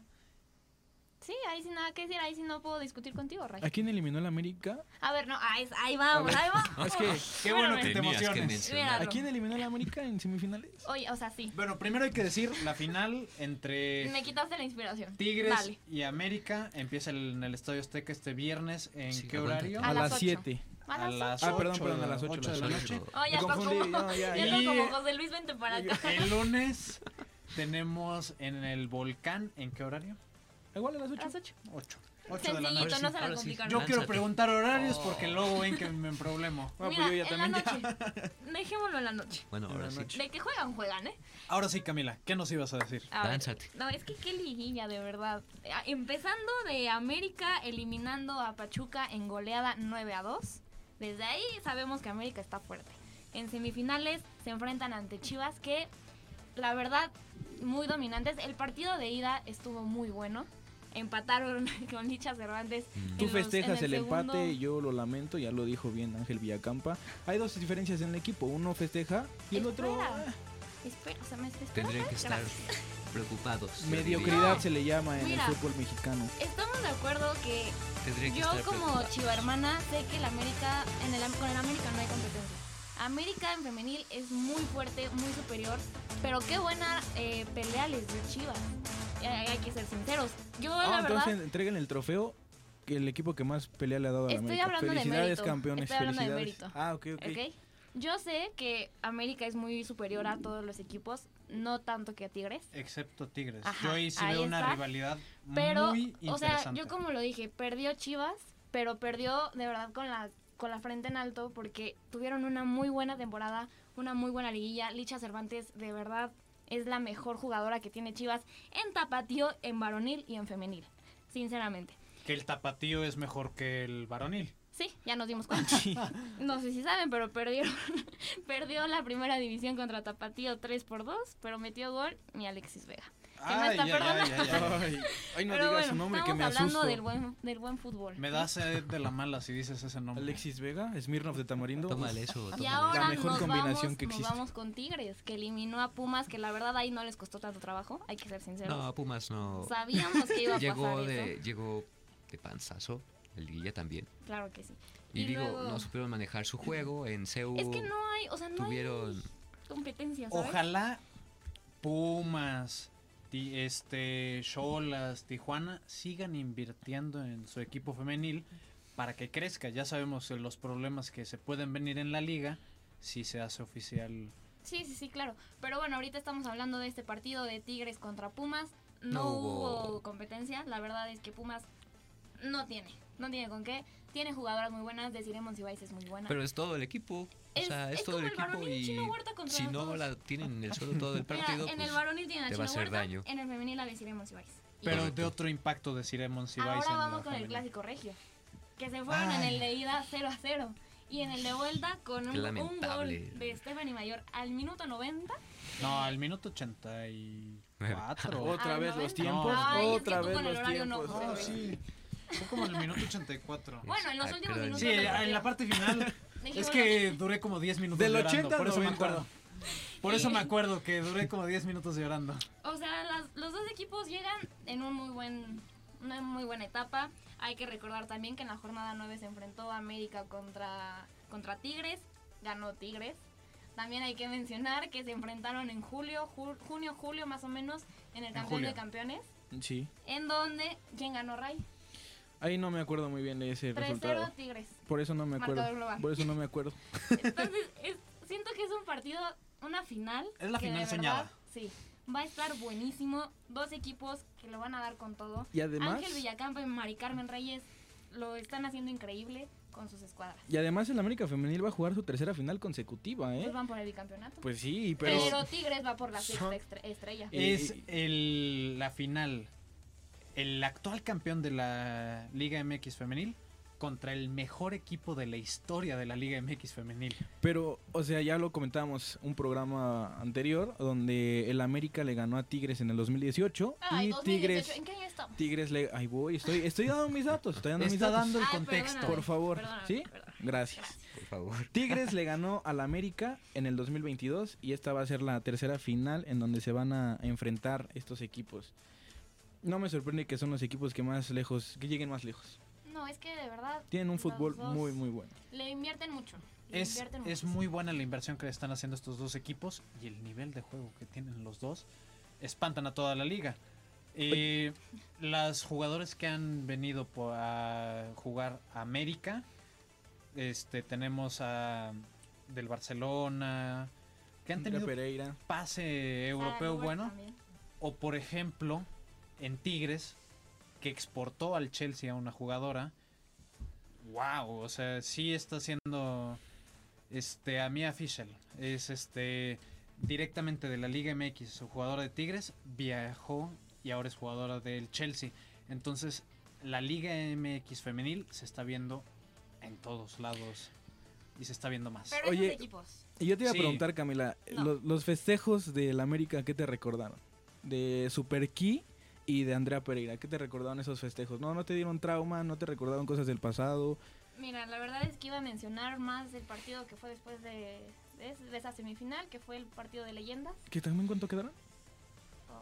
[SPEAKER 2] Sí, ahí sí nada que decir, ahí sí no puedo discutir contigo, Ray.
[SPEAKER 5] ¿A quién eliminó el América?
[SPEAKER 2] A ver, no, ahí, ahí vamos, ahí vamos.
[SPEAKER 5] Es que-
[SPEAKER 3] qué bueno
[SPEAKER 2] Espérame.
[SPEAKER 3] que te
[SPEAKER 4] Tenías que
[SPEAKER 3] emociones.
[SPEAKER 4] mencionar.
[SPEAKER 5] ¿A quién eliminó el América en semifinales?
[SPEAKER 2] Oye, o sea, sí.
[SPEAKER 3] Bueno, primero hay que decir la final entre
[SPEAKER 2] Me quitaste la inspiración.
[SPEAKER 3] Eh. Tigres
[SPEAKER 2] Dale.
[SPEAKER 3] y América empieza el- en el Estadio Azteca este viernes. ¿En
[SPEAKER 4] Sí,
[SPEAKER 3] qué
[SPEAKER 4] aguántate.
[SPEAKER 3] horario?
[SPEAKER 2] A las ocho.
[SPEAKER 5] siete.
[SPEAKER 2] A las
[SPEAKER 5] Ah,
[SPEAKER 3] ocho
[SPEAKER 5] perdón, perdón, a las
[SPEAKER 3] de-
[SPEAKER 5] 8,
[SPEAKER 3] ocho de la noche.
[SPEAKER 2] Ay, ya
[SPEAKER 5] Me
[SPEAKER 2] está
[SPEAKER 5] confundí,
[SPEAKER 2] como-
[SPEAKER 5] no, ya,
[SPEAKER 2] Ya
[SPEAKER 5] ya.
[SPEAKER 2] no
[SPEAKER 3] Y-
[SPEAKER 2] como José Luis, vente para acá.
[SPEAKER 3] El lunes tenemos en el volcán. ¿En qué horario?
[SPEAKER 5] Igual a las
[SPEAKER 2] A las
[SPEAKER 5] 8.
[SPEAKER 2] 8.
[SPEAKER 3] 8. 8 de la noche.
[SPEAKER 2] Sencillito,
[SPEAKER 4] sí,
[SPEAKER 2] no se la
[SPEAKER 4] ahora sí.
[SPEAKER 2] complicaron.
[SPEAKER 3] Yo quiero
[SPEAKER 4] Lánzate.
[SPEAKER 3] preguntar horarios
[SPEAKER 4] Oh.
[SPEAKER 3] porque luego ven que me problemo.
[SPEAKER 5] Ah, pues
[SPEAKER 2] Mira,
[SPEAKER 5] yo ya
[SPEAKER 2] en la
[SPEAKER 5] también ya.
[SPEAKER 2] noche. Dejémoslo en la noche.
[SPEAKER 4] Bueno, ahora sí.
[SPEAKER 2] De que juegan, juegan, ¿eh?
[SPEAKER 3] Ahora sí, Camila, ¿qué nos ibas a decir?
[SPEAKER 2] A ver,
[SPEAKER 4] Lánzate.
[SPEAKER 2] No, es que qué liguilla, de verdad. Eh, Empezando de América eliminando a Pachuca en goleada 9 a 2. Desde ahí sabemos que América está fuerte. En semifinales se enfrentan ante Chivas que, la verdad, muy dominantes. El partido de ida estuvo muy bueno. Empataron con Licha Cervantes.
[SPEAKER 4] Mm.
[SPEAKER 2] en
[SPEAKER 5] Tú
[SPEAKER 2] los-
[SPEAKER 5] festejas
[SPEAKER 2] en
[SPEAKER 5] el,
[SPEAKER 2] segundo.
[SPEAKER 5] empate, yo lo lamento, ya lo dijo bien Ángel Villacampa. Hay dos diferencias en el equipo, uno festeja y el otro
[SPEAKER 2] Espera.
[SPEAKER 5] ah,
[SPEAKER 2] Espera, o sea, ¿me esperas?
[SPEAKER 4] Tendrían que estar
[SPEAKER 2] Gracias.
[SPEAKER 4] preocupados.
[SPEAKER 5] mediocridad se le llama en
[SPEAKER 2] Mira.
[SPEAKER 5] el fútbol mexicano.
[SPEAKER 2] Estamos de acuerdo que
[SPEAKER 4] Tendrían que
[SPEAKER 2] Yo
[SPEAKER 4] estar
[SPEAKER 2] como
[SPEAKER 4] preocupados.
[SPEAKER 2] chiva hermana sé que el América en el, con el América no hay competencia. América en femenil es muy fuerte, muy superior, pero qué buena eh, pelea les dio Chivas. Eh, Hay, que ser sinceros. Yo
[SPEAKER 5] Ah,
[SPEAKER 2] la verdad
[SPEAKER 5] entonces entreguen el trofeo que el equipo que más pelea le ha dado a la
[SPEAKER 2] Estoy
[SPEAKER 5] América.
[SPEAKER 2] hablando de
[SPEAKER 5] felicidades,
[SPEAKER 2] mérito,
[SPEAKER 5] campeones,
[SPEAKER 2] estoy hablando de
[SPEAKER 5] felicidades.
[SPEAKER 2] mérito.
[SPEAKER 5] Ah, ok, ok.
[SPEAKER 2] ¿ok? Yo sé que América es muy superior a todos los equipos, no tanto que a Tigres.
[SPEAKER 3] Excepto Tigres.
[SPEAKER 2] Ajá,
[SPEAKER 3] yo ahí sí
[SPEAKER 2] ahí
[SPEAKER 3] veo una
[SPEAKER 2] está.
[SPEAKER 3] rivalidad
[SPEAKER 2] Pero,
[SPEAKER 3] muy interesante.
[SPEAKER 2] o sea, yo como lo dije, perdió Chivas, pero perdió de verdad con la, con la frente en alto porque tuvieron una muy buena temporada, una muy buena liguilla. Licha Cervantes, de verdad, es la mejor jugadora que tiene Chivas en tapatío, en varonil y en femenil, sinceramente.
[SPEAKER 3] Que el tapatío es mejor que el varonil.
[SPEAKER 2] Sí, ya nos dimos cuenta. No sé si saben, pero perdieron. perdió la primera división contra Tapatío 3 por 2, pero metió gol mi Alexis Vega. no está perdonado.
[SPEAKER 5] Ay, ay, no
[SPEAKER 2] pero
[SPEAKER 5] digas
[SPEAKER 2] bueno,
[SPEAKER 5] su nombre que
[SPEAKER 2] estamos
[SPEAKER 5] me
[SPEAKER 2] hablando
[SPEAKER 5] asusto.
[SPEAKER 2] del buen, del buen fútbol.
[SPEAKER 3] Me da sed de la mala si dices ese nombre.
[SPEAKER 5] Alexis Vega, Smirnoff de Tamarindo.
[SPEAKER 4] Tómale eso.
[SPEAKER 2] Y
[SPEAKER 4] tómale
[SPEAKER 2] ahora
[SPEAKER 5] La mejor
[SPEAKER 2] nos,
[SPEAKER 5] combinación
[SPEAKER 2] vamos,
[SPEAKER 5] que
[SPEAKER 2] nos
[SPEAKER 5] existe.
[SPEAKER 2] vamos con Tigres, que eliminó a Pumas, que la verdad ahí no les costó tanto trabajo, hay que ser
[SPEAKER 4] eso.
[SPEAKER 2] sinceros.
[SPEAKER 4] No, Pumas no.
[SPEAKER 2] Sabíamos que iba a
[SPEAKER 4] Llegó
[SPEAKER 2] pasar
[SPEAKER 4] de,
[SPEAKER 2] eso.
[SPEAKER 4] llegó de panzazo. El Guilla también.
[SPEAKER 2] Claro que sí.
[SPEAKER 4] Y,
[SPEAKER 2] Y
[SPEAKER 4] digo,
[SPEAKER 2] luego-
[SPEAKER 4] no supieron manejar su juego. En CEU
[SPEAKER 2] Es que no hay, o sea, no
[SPEAKER 4] tuvieron.
[SPEAKER 2] hay competencia, ¿sabes?
[SPEAKER 3] Ojalá Pumas, ti- este, Cholas, Tijuana sigan invirtiendo en su equipo femenil para que crezca. Ya sabemos los problemas que se pueden venir en la liga si se hace oficial.
[SPEAKER 2] Sí, sí, sí, claro. Pero bueno, ahorita estamos hablando de este partido de Tigres contra Pumas. No,
[SPEAKER 4] No
[SPEAKER 2] hubo...
[SPEAKER 4] hubo-
[SPEAKER 2] competencia. La verdad es que Pumas no tiene. No tiene con qué. Tiene jugadoras muy buenas. Deciremos si Vice es muy buena.
[SPEAKER 4] Pero es todo el equipo.
[SPEAKER 2] Es-
[SPEAKER 4] o sea, es,
[SPEAKER 2] es
[SPEAKER 4] todo
[SPEAKER 2] como
[SPEAKER 4] el
[SPEAKER 2] el
[SPEAKER 4] equipo
[SPEAKER 2] varonil,
[SPEAKER 4] y
[SPEAKER 2] Chino Huerta contra
[SPEAKER 4] si no
[SPEAKER 2] todos.
[SPEAKER 4] la tienen en el suelo todo el
[SPEAKER 2] Mira,
[SPEAKER 4] partido,
[SPEAKER 2] en
[SPEAKER 4] pues,
[SPEAKER 2] el varonil tiene a
[SPEAKER 4] te va a
[SPEAKER 2] Chino
[SPEAKER 4] hacer
[SPEAKER 2] Huerta,
[SPEAKER 4] daño.
[SPEAKER 2] En el femenil a Deciremos si Vice. Y
[SPEAKER 3] Pero de
[SPEAKER 4] Correcto.
[SPEAKER 3] otro impacto deciremos si vais
[SPEAKER 2] Ahora
[SPEAKER 3] en la
[SPEAKER 2] vamos con el
[SPEAKER 3] femenil.
[SPEAKER 2] clásico regio. Que se fueron en
[SPEAKER 3] Ay.
[SPEAKER 2] el de ida 0 a 0. Y en el de vuelta con
[SPEAKER 4] Qué
[SPEAKER 2] un, un
[SPEAKER 4] lamentable.
[SPEAKER 2] gol de Stephanie Mayor al minuto 90.
[SPEAKER 3] No, al minuto 84.
[SPEAKER 5] Otra
[SPEAKER 2] Al
[SPEAKER 5] vez los
[SPEAKER 2] 90.
[SPEAKER 5] tiempos,
[SPEAKER 2] Ay, es que
[SPEAKER 5] otra
[SPEAKER 2] tú
[SPEAKER 5] vez
[SPEAKER 2] con el
[SPEAKER 5] los
[SPEAKER 2] horario no
[SPEAKER 5] tiempos.
[SPEAKER 2] juegas.
[SPEAKER 3] No, Ah, sí. Fue como el minuto 84.
[SPEAKER 2] Bueno, en los
[SPEAKER 4] Ah,
[SPEAKER 2] últimos
[SPEAKER 4] claro.
[SPEAKER 2] minutos.
[SPEAKER 3] Sí,
[SPEAKER 2] del
[SPEAKER 3] en
[SPEAKER 2] partido.
[SPEAKER 3] la parte final.
[SPEAKER 2] Dijimos,
[SPEAKER 3] Es que duré como 10 minutos
[SPEAKER 5] Del
[SPEAKER 3] llorando,
[SPEAKER 5] 80 al
[SPEAKER 3] por eso me
[SPEAKER 5] 90.
[SPEAKER 3] acuerdo. Por eso me acuerdo que duré como 10 minutos llorando.
[SPEAKER 2] O sea, las- los dos equipos llegan en un muy buen, una muy buena etapa. Hay que recordar también que en la jornada 9 se enfrentó América contra, contra Tigres. Ganó Tigres. También hay que mencionar que se enfrentaron en julio, ju- junio, julio más o menos, en el
[SPEAKER 3] En
[SPEAKER 2] campeón
[SPEAKER 3] julio.
[SPEAKER 2] de campeones.
[SPEAKER 5] Sí.
[SPEAKER 2] En donde, ¿quién ganó Ray?
[SPEAKER 5] Ahí no me acuerdo muy bien de ese
[SPEAKER 2] 3-0
[SPEAKER 5] resultado.
[SPEAKER 2] Tigres.
[SPEAKER 5] Por eso no me acuerdo.
[SPEAKER 2] Marcador global.
[SPEAKER 5] Por eso no me acuerdo.
[SPEAKER 2] Entonces, es- siento que es un partido, una final.
[SPEAKER 3] Es la
[SPEAKER 2] que de
[SPEAKER 3] final
[SPEAKER 2] verdad,
[SPEAKER 3] soñada.
[SPEAKER 2] Sí. Va a estar buenísimo. Dos equipos que lo van a dar con todo.
[SPEAKER 5] Y además-
[SPEAKER 2] Ángel Villacampa y Mari Carmen Reyes lo están haciendo increíble con sus escuadras.
[SPEAKER 5] Y además el América Femenil va a jugar su tercera final consecutiva, ¿eh?
[SPEAKER 2] Pues van por el bicampeonato.
[SPEAKER 5] Pues sí, pero...
[SPEAKER 2] pero, Tigres va por la sexta
[SPEAKER 3] Son-
[SPEAKER 2] extre- estrella.
[SPEAKER 5] Eh,
[SPEAKER 3] Es el, la final el actual campeón de la Liga MX femenil contra el mejor equipo de la historia de la Liga MX femenil.
[SPEAKER 5] Pero, o sea, ya lo comentábamos un programa anterior donde el América le ganó a Tigres en el 2018
[SPEAKER 2] Ay,
[SPEAKER 5] y
[SPEAKER 2] 2018,
[SPEAKER 5] Tigres
[SPEAKER 2] ¿en qué año estamos?
[SPEAKER 5] Tigres le ay voy, estoy estoy dando mis datos, estoy dando mis
[SPEAKER 3] Está
[SPEAKER 5] datos.
[SPEAKER 3] dando el
[SPEAKER 2] Ay,
[SPEAKER 3] contexto.
[SPEAKER 2] perdóname,
[SPEAKER 5] Por favor,
[SPEAKER 2] perdóname,
[SPEAKER 5] ¿sí?
[SPEAKER 2] perdóname.
[SPEAKER 5] Gracias.
[SPEAKER 4] por favor.
[SPEAKER 5] Tigres le ganó al América en el 2022 y esta va a ser la tercera final en donde se van a enfrentar estos equipos. No me sorprende que son los equipos que más lejos, que lleguen más lejos.
[SPEAKER 2] No, es que de verdad.
[SPEAKER 5] Tienen un
[SPEAKER 2] los
[SPEAKER 5] fútbol
[SPEAKER 2] dos
[SPEAKER 5] muy muy bueno.
[SPEAKER 2] Le invierten mucho. le
[SPEAKER 3] Es,
[SPEAKER 2] invierten
[SPEAKER 3] es
[SPEAKER 2] mucho.
[SPEAKER 3] muy buena la inversión que le están haciendo estos dos equipos y el nivel de juego que tienen los dos espantan a toda la liga. Eh, las jugadores que han venido po- a jugar a América, este, tenemos a del Barcelona, que han
[SPEAKER 5] Andrea
[SPEAKER 3] tenido
[SPEAKER 5] Pereira.
[SPEAKER 3] pase
[SPEAKER 2] Sara
[SPEAKER 3] europeo
[SPEAKER 2] Lourdes
[SPEAKER 3] bueno,
[SPEAKER 2] también.
[SPEAKER 3] o por ejemplo en Tigres, que exportó al Chelsea a una jugadora. Wow, o sea, sí está haciendo este a Mia Fischel. Es este directamente de la Liga MX, su jugadora de Tigres, viajó y ahora es jugadora del Chelsea. Entonces, la Liga MX femenil se está viendo en todos lados y se está viendo más.
[SPEAKER 2] Pero
[SPEAKER 5] Oye,
[SPEAKER 2] esos equipos.
[SPEAKER 5] Y yo te iba
[SPEAKER 3] Sí.
[SPEAKER 5] a preguntar, Camila,
[SPEAKER 2] No.
[SPEAKER 5] los, los festejos del América, ¿qué te recordaron? De Super Key y de Andrea Pereira, ¿qué te recordaron esos festejos? No, no te dieron trauma, no te recordaron cosas del pasado.
[SPEAKER 2] Mira, la verdad es que iba a mencionar más el partido que fue después de, de es- de esa semifinal, que fue el partido de leyendas.
[SPEAKER 5] ¿Que también cuánto quedaron?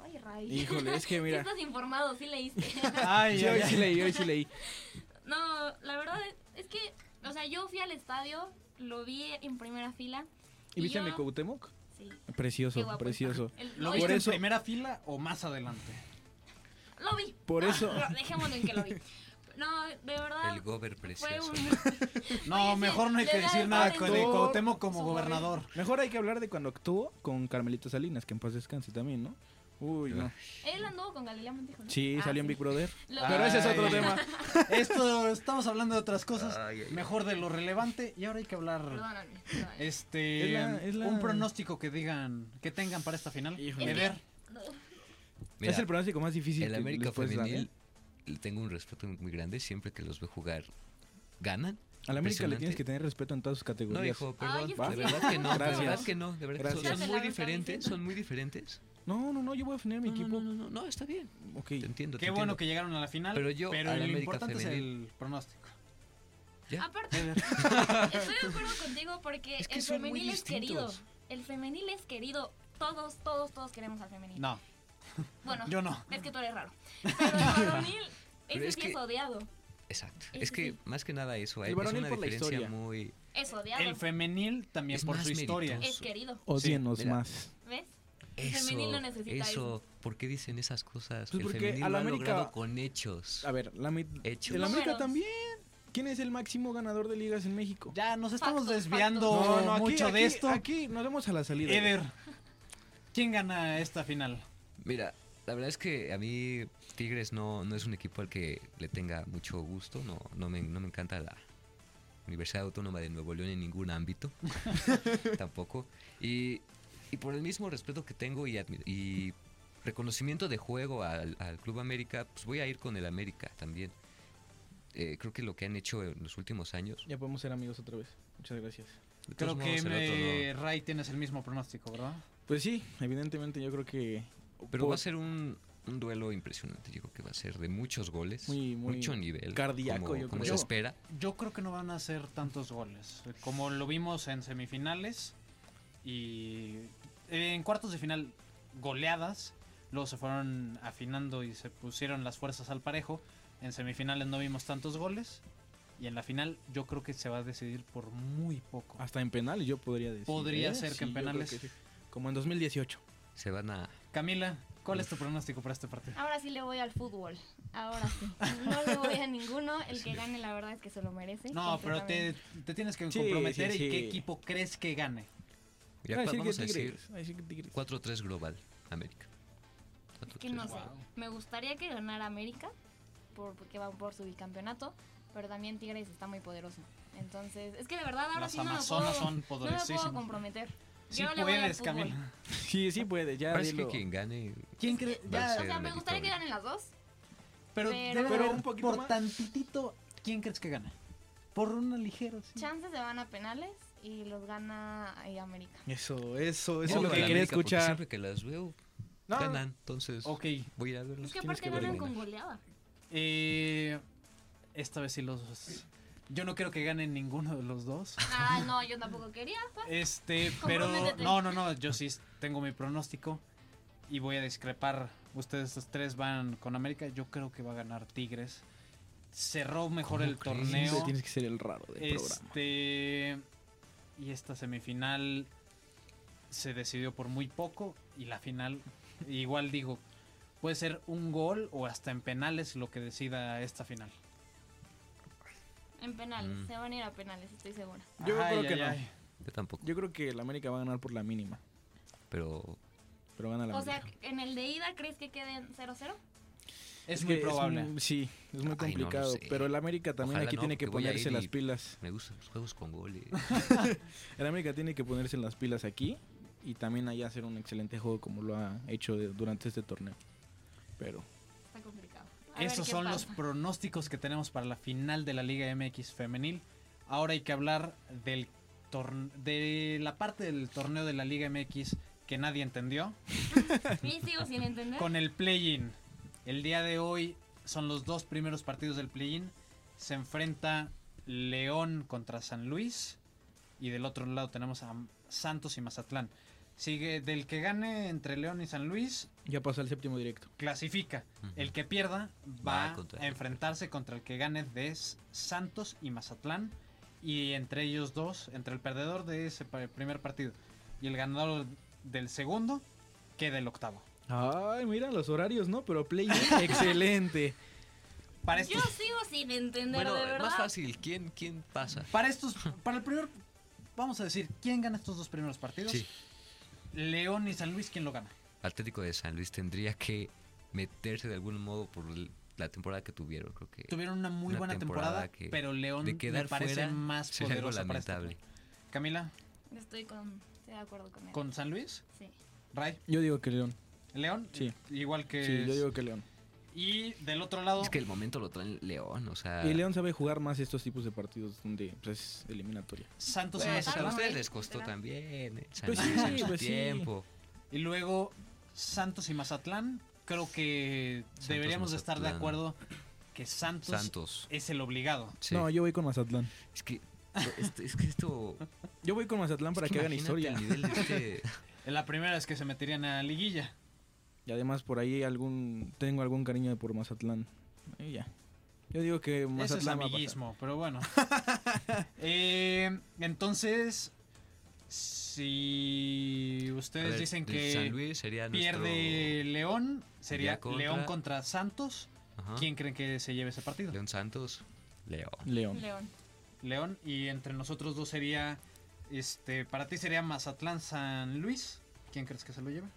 [SPEAKER 2] Ay, Ray.
[SPEAKER 5] Híjole, es que
[SPEAKER 2] Sí
[SPEAKER 5] mira.
[SPEAKER 2] estás informado, sí leíste.
[SPEAKER 3] Ay,
[SPEAKER 5] Sí,
[SPEAKER 3] ay,
[SPEAKER 5] hoy
[SPEAKER 3] ay.
[SPEAKER 5] sí leí, hoy sí leí.
[SPEAKER 2] no, la verdad es, es que, o sea, yo fui al estadio, lo vi en primera fila.
[SPEAKER 5] ¿Y viste a
[SPEAKER 2] yo-
[SPEAKER 5] mi Cuauhtémoc?
[SPEAKER 2] Sí.
[SPEAKER 5] Precioso,
[SPEAKER 2] qué guapo
[SPEAKER 5] precioso.
[SPEAKER 2] está. El-
[SPEAKER 3] ¿Lo
[SPEAKER 2] oye,
[SPEAKER 5] Por
[SPEAKER 3] viste
[SPEAKER 5] eso-
[SPEAKER 3] en primera fila o más adelante?
[SPEAKER 2] Lo vi.
[SPEAKER 5] Por
[SPEAKER 2] Ah,
[SPEAKER 5] eso-
[SPEAKER 2] no, dejémoslo en que lo vi. No, de verdad.
[SPEAKER 4] El gober
[SPEAKER 2] fue
[SPEAKER 4] precioso.
[SPEAKER 2] un.
[SPEAKER 3] No,
[SPEAKER 2] Oye, sí,
[SPEAKER 3] mejor no hay
[SPEAKER 2] le
[SPEAKER 3] que
[SPEAKER 2] da
[SPEAKER 3] decir
[SPEAKER 2] el
[SPEAKER 3] nada
[SPEAKER 2] Biden
[SPEAKER 3] con de
[SPEAKER 5] Su-
[SPEAKER 3] Cuauhtémoc como
[SPEAKER 2] su
[SPEAKER 3] gobernador.
[SPEAKER 5] Mejor hay que hablar de cuando actuó con Carmelito Salinas, que en paz descanse también, ¿no? Uy, no.
[SPEAKER 4] Ah,
[SPEAKER 2] Él anduvo con Galilea Montijo, ¿no?
[SPEAKER 5] Sí,
[SPEAKER 2] Ah,
[SPEAKER 5] salió en Big Brother.
[SPEAKER 2] Lo-
[SPEAKER 5] Pero ese es otro
[SPEAKER 3] Ay.
[SPEAKER 5] tema.
[SPEAKER 3] Esto estamos hablando de otras cosas,
[SPEAKER 4] Ay, ay, ay.
[SPEAKER 3] mejor de lo relevante y ahora hay que hablar
[SPEAKER 2] Perdóname. perdóname.
[SPEAKER 3] este
[SPEAKER 5] Es la- es la-
[SPEAKER 3] un pronóstico que digan, que tengan para esta final.
[SPEAKER 5] Híjole.
[SPEAKER 3] Eder,
[SPEAKER 4] Mira,
[SPEAKER 5] es el pronóstico más difícil
[SPEAKER 4] el
[SPEAKER 5] que
[SPEAKER 4] América
[SPEAKER 5] les puedes dar,
[SPEAKER 4] femenil
[SPEAKER 5] ¿eh?
[SPEAKER 4] le tengo un respeto muy grande siempre que los veo jugar. ¿Ganan?
[SPEAKER 5] Al América le
[SPEAKER 4] Impresionante.
[SPEAKER 5] tienes que tener respeto en todas sus
[SPEAKER 4] No,
[SPEAKER 5] categorías.
[SPEAKER 4] dijo, perdón,
[SPEAKER 2] es
[SPEAKER 5] que
[SPEAKER 4] de
[SPEAKER 5] sí.
[SPEAKER 4] verdad que no, de
[SPEAKER 5] Gracias.
[SPEAKER 4] verdad que no, de verdad que son- son
[SPEAKER 5] Gracias.
[SPEAKER 4] muy
[SPEAKER 2] Quítate la
[SPEAKER 4] diferentes,
[SPEAKER 2] camiseta.
[SPEAKER 4] son muy diferentes.
[SPEAKER 5] No, no, no, yo voy a defender a mi
[SPEAKER 4] No, no,
[SPEAKER 5] equipo.
[SPEAKER 4] No, no, no, no, está bien,
[SPEAKER 5] Ok.
[SPEAKER 4] te entiendo. te
[SPEAKER 3] qué bueno
[SPEAKER 4] entiendo.
[SPEAKER 3] que llegaron a la final, pero,
[SPEAKER 4] Pero yo al
[SPEAKER 3] lo
[SPEAKER 4] América
[SPEAKER 3] importante
[SPEAKER 4] femenil.
[SPEAKER 3] es el pronóstico.
[SPEAKER 4] Ya.
[SPEAKER 2] Aparte, estoy de acuerdo contigo porque
[SPEAKER 4] Es que
[SPEAKER 2] el
[SPEAKER 4] son muy
[SPEAKER 2] femenil es querido.
[SPEAKER 4] distintos.
[SPEAKER 2] El femenil es querido. Todos, todos, todos queremos al femenil.
[SPEAKER 3] No,
[SPEAKER 2] Bueno,
[SPEAKER 3] yo no.
[SPEAKER 2] es que tú eres raro. Pero el varonil,
[SPEAKER 4] Pero
[SPEAKER 2] ese
[SPEAKER 4] es
[SPEAKER 2] sí
[SPEAKER 4] que-
[SPEAKER 2] es odiado.
[SPEAKER 4] Exacto.
[SPEAKER 2] Ese
[SPEAKER 4] Es que
[SPEAKER 2] sí.
[SPEAKER 4] más que nada eso,
[SPEAKER 5] El
[SPEAKER 4] es
[SPEAKER 5] varonil
[SPEAKER 4] una
[SPEAKER 5] por la
[SPEAKER 4] diferencia
[SPEAKER 5] historia.
[SPEAKER 4] muy
[SPEAKER 2] Es odiado.
[SPEAKER 3] El femenil también
[SPEAKER 4] Es
[SPEAKER 3] por
[SPEAKER 4] más
[SPEAKER 3] su historia.
[SPEAKER 4] meritoso.
[SPEAKER 2] es querido.
[SPEAKER 5] Odienos
[SPEAKER 4] Sí, mira.
[SPEAKER 5] más.
[SPEAKER 2] ¿Ves? El
[SPEAKER 4] eso,
[SPEAKER 2] femenil no necesita
[SPEAKER 4] eso, ¿por qué dicen esas cosas?
[SPEAKER 5] Pues
[SPEAKER 4] el
[SPEAKER 5] porque
[SPEAKER 4] femenil
[SPEAKER 5] al
[SPEAKER 4] lo ha
[SPEAKER 5] América-
[SPEAKER 4] logrado con hechos.
[SPEAKER 5] A ver, la mit-
[SPEAKER 4] Hechos.
[SPEAKER 5] el América
[SPEAKER 2] Números.
[SPEAKER 5] también. ¿Quién es el máximo ganador de ligas en México?
[SPEAKER 3] Ya nos estamos
[SPEAKER 2] Factos,
[SPEAKER 3] desviando
[SPEAKER 2] factos.
[SPEAKER 3] mucho de esto.
[SPEAKER 5] Aquí nos vemos a la salida.
[SPEAKER 3] Eder, ¿quién gana esta final?
[SPEAKER 4] Mira, la verdad es que a mí Tigres no, no es un equipo al que le tenga mucho gusto. No, no, me, no me encanta la Universidad Autónoma de Nuevo León en ningún ámbito. tampoco. Y, y por el mismo respeto que tengo y, admi- y reconocimiento de juego al, al Club América, pues voy a ir con el América también. Eh, creo que lo que han hecho en los últimos años.
[SPEAKER 5] Ya podemos ser amigos otra vez. Muchas gracias.
[SPEAKER 4] de
[SPEAKER 3] Creo
[SPEAKER 4] todos
[SPEAKER 3] que
[SPEAKER 4] modos, el otro no.
[SPEAKER 3] eh, Ray tienes el mismo pronóstico, ¿verdad?
[SPEAKER 5] Pues sí, evidentemente yo creo que.
[SPEAKER 4] Pero
[SPEAKER 5] por-
[SPEAKER 4] va a ser un, un duelo impresionante. Yo creo que va a ser de muchos goles.
[SPEAKER 5] Muy, muy
[SPEAKER 4] mucho nivel.
[SPEAKER 5] cardíaco,
[SPEAKER 4] como,
[SPEAKER 5] yo
[SPEAKER 4] como
[SPEAKER 5] creo.
[SPEAKER 4] se espera.
[SPEAKER 3] Yo creo que no van a hacer tantos goles. Como lo vimos en semifinales y eh, en cuartos de final goleadas. Luego se fueron afinando y se pusieron las fuerzas al parejo. En semifinales no vimos tantos goles. Y en la final yo creo que se va a decidir por muy poco.
[SPEAKER 5] Hasta en penales, yo podría decir.
[SPEAKER 3] Podría ser que en
[SPEAKER 5] yo creo
[SPEAKER 3] penales.
[SPEAKER 5] sí. Como en 2018.
[SPEAKER 4] Se van a.
[SPEAKER 3] Camila, ¿cuál es tu pronóstico para este partido?
[SPEAKER 2] Ahora sí le voy al fútbol. Ahora sí. No le voy a ninguno. El que gane, la verdad es que se lo merece.
[SPEAKER 3] No, pero
[SPEAKER 2] completamente.
[SPEAKER 3] te, te tienes que
[SPEAKER 5] Sí,
[SPEAKER 3] comprometer
[SPEAKER 5] sí,
[SPEAKER 3] y
[SPEAKER 5] sí.
[SPEAKER 3] qué equipo crees que gane.
[SPEAKER 4] Ya
[SPEAKER 5] Va a
[SPEAKER 4] cua-
[SPEAKER 5] decir que
[SPEAKER 4] vamos a decir
[SPEAKER 5] Tigres, va a decir que Tigres.
[SPEAKER 4] 4-3 global, América.
[SPEAKER 2] Es que no
[SPEAKER 4] 4-3.
[SPEAKER 2] sé. Me gustaría que ganara América, por, porque van por su bicampeonato, pero también Tigres está muy poderoso. Entonces, es que de verdad ahora
[SPEAKER 3] Las
[SPEAKER 2] sí
[SPEAKER 3] Amazonas
[SPEAKER 2] no me
[SPEAKER 3] son
[SPEAKER 2] puedo, no me puedo
[SPEAKER 3] poderosísimas.
[SPEAKER 2] comprometer.
[SPEAKER 3] Sí
[SPEAKER 2] Yo le voy al
[SPEAKER 3] puedes,
[SPEAKER 2] fútbol.
[SPEAKER 3] Camila.
[SPEAKER 5] Sí, sí puede, ya
[SPEAKER 4] Parece que
[SPEAKER 5] dilo.
[SPEAKER 4] quien gane.
[SPEAKER 3] ¿Quién crees?
[SPEAKER 4] Va a
[SPEAKER 2] O
[SPEAKER 4] ser
[SPEAKER 2] sea,
[SPEAKER 4] el
[SPEAKER 2] me
[SPEAKER 4] equipo
[SPEAKER 2] gustaría que
[SPEAKER 4] ahorita.
[SPEAKER 2] ganen las dos,
[SPEAKER 3] Pero,
[SPEAKER 2] Pero-
[SPEAKER 3] debe
[SPEAKER 5] Pero
[SPEAKER 3] haber
[SPEAKER 5] un poquito
[SPEAKER 3] por
[SPEAKER 5] más.
[SPEAKER 3] tantitito, ¿quién crees que gana? Por una ligera, sí.
[SPEAKER 2] Chances se van a penales y los gana ahí América.
[SPEAKER 5] Eso, eso, eso
[SPEAKER 4] Yo
[SPEAKER 5] es
[SPEAKER 4] voy
[SPEAKER 5] lo
[SPEAKER 4] a la
[SPEAKER 5] que quería
[SPEAKER 4] América porque
[SPEAKER 5] escuchar.
[SPEAKER 4] Siempre que las veo,
[SPEAKER 5] No,
[SPEAKER 4] ganan. Entonces,
[SPEAKER 3] Ok,
[SPEAKER 4] voy a ir a verlos.
[SPEAKER 2] Es que
[SPEAKER 4] Tienes
[SPEAKER 2] aparte
[SPEAKER 4] ver
[SPEAKER 2] ganan
[SPEAKER 4] ganar.
[SPEAKER 2] con goleada.
[SPEAKER 3] eh, esta vez sí los dos. Yo no creo que ganen ninguno de los dos.
[SPEAKER 2] Ah, no, yo tampoco quería.
[SPEAKER 3] Este, pero
[SPEAKER 2] Comprométete.
[SPEAKER 3] no, no, no, yo sí tengo mi pronóstico y voy a discrepar. Ustedes los tres van con América, yo creo que va a ganar Tigres. Cerró mejor
[SPEAKER 4] ¿Cómo
[SPEAKER 3] el
[SPEAKER 4] crees?
[SPEAKER 5] siempre
[SPEAKER 3] torneo.
[SPEAKER 5] tienes que ser el raro del programa.
[SPEAKER 3] Este y esta semifinal se decidió por muy poco y la final igual digo, puede ser un gol o hasta en penales lo que decida esta final.
[SPEAKER 2] En penales,
[SPEAKER 4] Mm.
[SPEAKER 2] se van a ir a penales, estoy segura.
[SPEAKER 5] Yo
[SPEAKER 3] Ay,
[SPEAKER 5] creo
[SPEAKER 3] ay,
[SPEAKER 5] que no.
[SPEAKER 3] ay.
[SPEAKER 4] Yo tampoco,
[SPEAKER 5] Yo creo que el América va a ganar por la mínima,
[SPEAKER 4] pero
[SPEAKER 5] pero gana la
[SPEAKER 2] O sea,
[SPEAKER 5] América.
[SPEAKER 2] en el de ida, ¿crees que queden 0-0?
[SPEAKER 3] Es,
[SPEAKER 5] que
[SPEAKER 3] muy probable.
[SPEAKER 5] muy- sí, es muy
[SPEAKER 4] Ay, no lo
[SPEAKER 5] complicado.
[SPEAKER 4] sé.
[SPEAKER 5] pero el América también
[SPEAKER 4] Ojalá
[SPEAKER 5] aquí
[SPEAKER 4] no,
[SPEAKER 5] tiene que
[SPEAKER 4] porque voy a
[SPEAKER 5] ponerse
[SPEAKER 4] ir y-
[SPEAKER 5] las pilas.
[SPEAKER 4] me gustan los juegos con goles.
[SPEAKER 5] El América tiene que ponerse las pilas aquí y también allá hacer un excelente juego como lo ha hecho de- durante este torneo. Pero
[SPEAKER 2] Está complicado. A ver
[SPEAKER 3] Esos
[SPEAKER 2] qué
[SPEAKER 3] son los
[SPEAKER 2] pasa.
[SPEAKER 3] pronósticos que tenemos para la final de la Liga MX femenil. Ahora hay que hablar del torn- de la parte del torneo de la Liga MX que nadie entendió.
[SPEAKER 2] Y sigo sin entender.
[SPEAKER 3] Con el play-in. El día de hoy son los dos primeros partidos del play-in. Se enfrenta León contra San Luis. Y del otro lado tenemos a Santos y Mazatlán. Sigue del que gane entre León y San Luis,
[SPEAKER 5] ya pasó el séptimo directo.
[SPEAKER 3] clasifica.
[SPEAKER 4] Ujú.
[SPEAKER 3] El que pierda
[SPEAKER 4] Va
[SPEAKER 3] va
[SPEAKER 4] contra
[SPEAKER 3] a
[SPEAKER 4] el-
[SPEAKER 3] enfrentarse contra el que gane de S- Santos y Mazatlán. Y entre ellos dos, entre el perdedor de ese pa- primer partido y el ganador del segundo, queda el octavo.
[SPEAKER 5] Ay, mira los horarios, ¿no? Pero play excelente.
[SPEAKER 3] Para este
[SPEAKER 2] Yo
[SPEAKER 3] estos,
[SPEAKER 2] sigo sin entender,
[SPEAKER 4] bueno,
[SPEAKER 2] de verdad.
[SPEAKER 4] más fácil, ¿quién, quién pasa?
[SPEAKER 3] para estos, para el primer, vamos a decir, ¿quién gana estos dos primeros partidos?
[SPEAKER 4] Sí,
[SPEAKER 3] León y San Luis, ¿quién lo gana?
[SPEAKER 4] Atlético de San Luis tendría que meterse de algún modo por l- la temporada que tuvieron, creo que.
[SPEAKER 3] Tuvieron una muy
[SPEAKER 4] Una
[SPEAKER 3] buena temporada,
[SPEAKER 4] temporada que-
[SPEAKER 3] pero León
[SPEAKER 4] de
[SPEAKER 3] me
[SPEAKER 4] quedar
[SPEAKER 3] parece
[SPEAKER 4] fuera
[SPEAKER 3] más
[SPEAKER 4] sería algo
[SPEAKER 3] poderosa para este esta
[SPEAKER 4] lamentable.
[SPEAKER 3] temporada. Camila,
[SPEAKER 2] Estoy con, estoy de acuerdo con él.
[SPEAKER 3] ¿con San Luis?
[SPEAKER 2] Sí.
[SPEAKER 3] Ray,
[SPEAKER 5] Yo digo que León.
[SPEAKER 3] León,
[SPEAKER 5] Sí.
[SPEAKER 3] igual que
[SPEAKER 5] Sí, yo digo que León.
[SPEAKER 3] Y del otro lado,
[SPEAKER 4] Es que el momento lo traen León, o sea.
[SPEAKER 5] Y León sabe jugar más estos tipos de partidos donde pues, es eliminatoria.
[SPEAKER 3] Santos
[SPEAKER 4] Pues,
[SPEAKER 3] y
[SPEAKER 2] Santos.
[SPEAKER 4] a
[SPEAKER 3] Mazatlán.
[SPEAKER 4] ustedes
[SPEAKER 2] ¿no?
[SPEAKER 4] les costó
[SPEAKER 2] ¿Verdad?
[SPEAKER 4] también. eh, San
[SPEAKER 5] Pues
[SPEAKER 4] Luis en
[SPEAKER 5] sí,
[SPEAKER 4] su
[SPEAKER 5] pues sí.
[SPEAKER 4] tiempo.
[SPEAKER 3] Y luego Santos y Mazatlán. Creo que
[SPEAKER 4] Santos,
[SPEAKER 3] deberíamos de estar de
[SPEAKER 4] Mazatlán.
[SPEAKER 3] acuerdo que Santos,
[SPEAKER 4] Santos.
[SPEAKER 3] es el obligado.
[SPEAKER 4] sí.
[SPEAKER 5] Pues No, yo voy con Mazatlán.
[SPEAKER 4] Es que. Es, es que esto.
[SPEAKER 5] Yo voy con Mazatlán
[SPEAKER 4] es
[SPEAKER 5] para
[SPEAKER 4] que
[SPEAKER 5] que hagan
[SPEAKER 4] imagínate
[SPEAKER 5] historia.
[SPEAKER 4] el nivel de este-
[SPEAKER 3] Es la primera vez que se meterían a la liguilla.
[SPEAKER 5] Y además por ahí algún tengo algún cariño por Mazatlán. Y ya. Yo digo que
[SPEAKER 3] Eso es
[SPEAKER 5] Mazatlán va a pasar.
[SPEAKER 3] amiguismo, pero bueno. Eh, entonces, si
[SPEAKER 4] A
[SPEAKER 3] ustedes
[SPEAKER 4] ver,
[SPEAKER 3] dicen
[SPEAKER 4] de San
[SPEAKER 3] que
[SPEAKER 4] Luis sería
[SPEAKER 3] pierde León, sería
[SPEAKER 4] sería contra-
[SPEAKER 3] León contra Santos.
[SPEAKER 4] nuestro. Ajá.
[SPEAKER 3] ¿Quién creen que se lleve ese partido?
[SPEAKER 4] León Santos. León.
[SPEAKER 5] León.
[SPEAKER 2] León.
[SPEAKER 3] León y entre nosotros dos sería este para ti sería Mazatlán San Luis quién crees que se lo lleve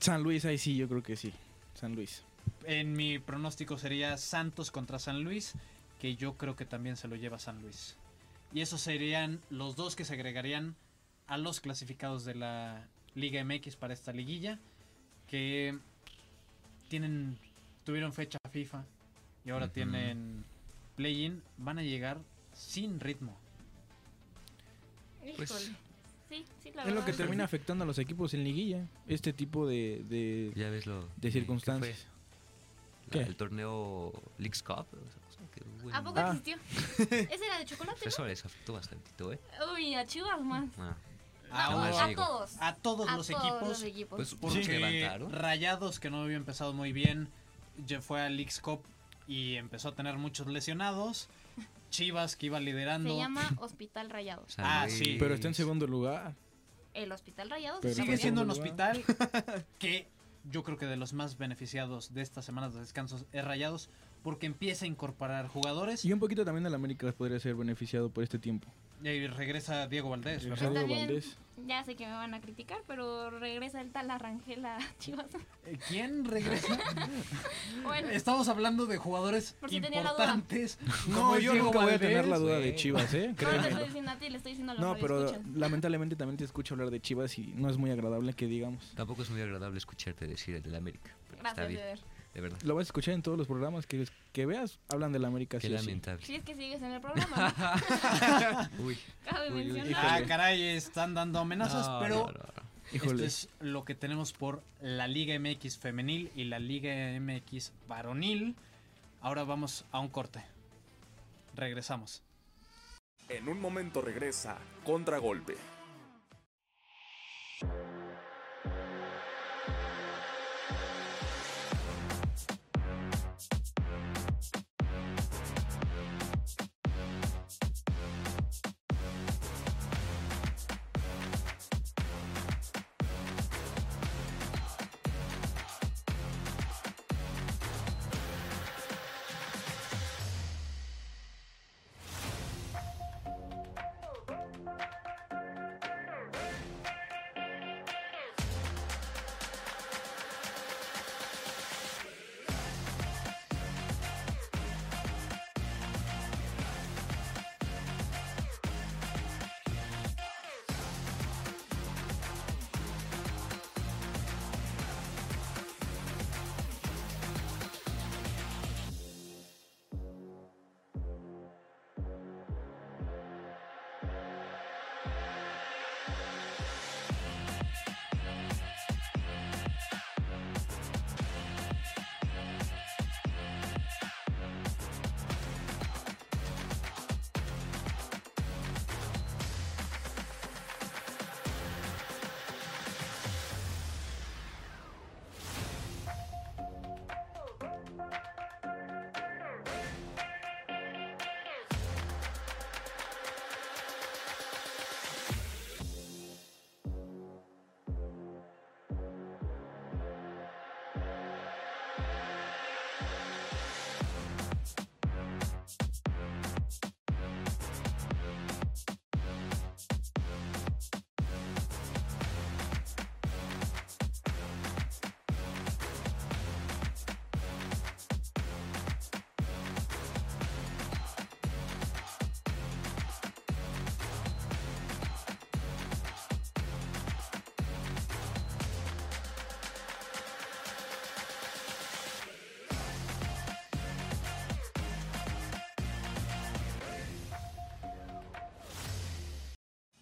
[SPEAKER 5] San Luis ahí sí, yo creo que sí. San Luis.
[SPEAKER 3] en mi pronóstico sería Santos contra San Luis que yo creo que también se lo lleva San Luis y esos serían los dos que se agregarían a los clasificados de la Liga MX para esta liguilla que tienen tuvieron fecha FIFA y ahora
[SPEAKER 4] Ujú.
[SPEAKER 3] tienen play-in van a llegar sin ritmo
[SPEAKER 2] Híjole.
[SPEAKER 4] Pues-
[SPEAKER 2] sí, sí, la
[SPEAKER 5] es lo
[SPEAKER 2] verdad.
[SPEAKER 5] que termina afectando a los equipos en liguilla. Este tipo de, de-
[SPEAKER 4] Ya ves lo.
[SPEAKER 5] de
[SPEAKER 4] eh,
[SPEAKER 5] circunstancias.
[SPEAKER 4] ¿qué fue? La-
[SPEAKER 5] ¿Qué?
[SPEAKER 4] El torneo Leagues Cup. o sea, cosa que hubo en-
[SPEAKER 2] ¿A poco
[SPEAKER 5] Ah.
[SPEAKER 2] existió? ¿Ese era de chocolate?
[SPEAKER 4] Eso les afectó bastantito, ¿eh?
[SPEAKER 2] Uy, a Chivas más.
[SPEAKER 4] Ah,
[SPEAKER 2] No,
[SPEAKER 4] Ahora
[SPEAKER 2] a
[SPEAKER 4] sí.
[SPEAKER 2] todos.
[SPEAKER 3] a todos
[SPEAKER 2] a
[SPEAKER 3] los
[SPEAKER 2] todos
[SPEAKER 3] equipos
[SPEAKER 2] los equipos.
[SPEAKER 4] Pues
[SPEAKER 3] Porque
[SPEAKER 4] se levantaron.
[SPEAKER 3] Rayados, que no había empezado muy bien, ya fue a Leagues Cup y empezó a tener muchos lesionados. Chivas, que iba liderando.
[SPEAKER 2] Se llama Hospital Rayados.
[SPEAKER 4] San
[SPEAKER 3] Ah, sí.
[SPEAKER 4] Luis.
[SPEAKER 5] Pero está en segundo lugar.
[SPEAKER 2] El Hospital Rayados.
[SPEAKER 5] Pero-
[SPEAKER 2] está
[SPEAKER 3] Sigue
[SPEAKER 2] muy bien.
[SPEAKER 3] siendo un
[SPEAKER 5] Lugar.
[SPEAKER 3] hospital que yo creo que de los más beneficiados de estas semanas de descansos es Rayados, porque empieza a incorporar jugadores.
[SPEAKER 5] Y un poquito también del América podría ser beneficiado por este tiempo.
[SPEAKER 3] Y regresa Diego Valdés, ¿verdad?
[SPEAKER 5] Diego
[SPEAKER 2] Está bien.
[SPEAKER 5] Valdés.
[SPEAKER 2] Ya sé que me van a criticar, pero regresa el tal Arrangel a Chivas.
[SPEAKER 3] Eh, ¿Quién regresa?
[SPEAKER 2] Bueno,
[SPEAKER 3] Estamos hablando de jugadores
[SPEAKER 2] Por si tenía la duda.
[SPEAKER 3] importantes.
[SPEAKER 5] No, yo nunca voy a tener la duda de
[SPEAKER 4] güey.
[SPEAKER 5] Chivas,
[SPEAKER 2] no
[SPEAKER 5] ¿eh?
[SPEAKER 2] le
[SPEAKER 5] Créemelo.
[SPEAKER 2] estoy diciendo a ti, le estoy diciendo a los
[SPEAKER 5] No, pero
[SPEAKER 2] radioescuchas.
[SPEAKER 5] lamentablemente también te escucho hablar de Chivas y no es muy agradable que digamos.
[SPEAKER 4] Tampoco es muy agradable escucharte decir el del América. pero
[SPEAKER 2] Gracias,
[SPEAKER 4] está bien.
[SPEAKER 2] Eder.
[SPEAKER 4] de verdad.
[SPEAKER 5] Lo vas a escuchar en todos los programas que, que veas. Hablan de la América.
[SPEAKER 4] Qué
[SPEAKER 5] sí o sí.
[SPEAKER 4] lamentable.
[SPEAKER 2] Si es que sigues en el programa, ¿no?
[SPEAKER 4] Uy.
[SPEAKER 2] cabe
[SPEAKER 4] Uy, uy,
[SPEAKER 2] mencionar.
[SPEAKER 3] Ah, caray, están dando amenazas,
[SPEAKER 4] No,
[SPEAKER 3] pero
[SPEAKER 4] no, no, no.
[SPEAKER 5] Híjole.
[SPEAKER 3] Esto es lo que tenemos por la Liga MX femenil y la Liga MX varonil. Ahora vamos a un corte. Regresamos.
[SPEAKER 1] En un momento regresa Contragolpe.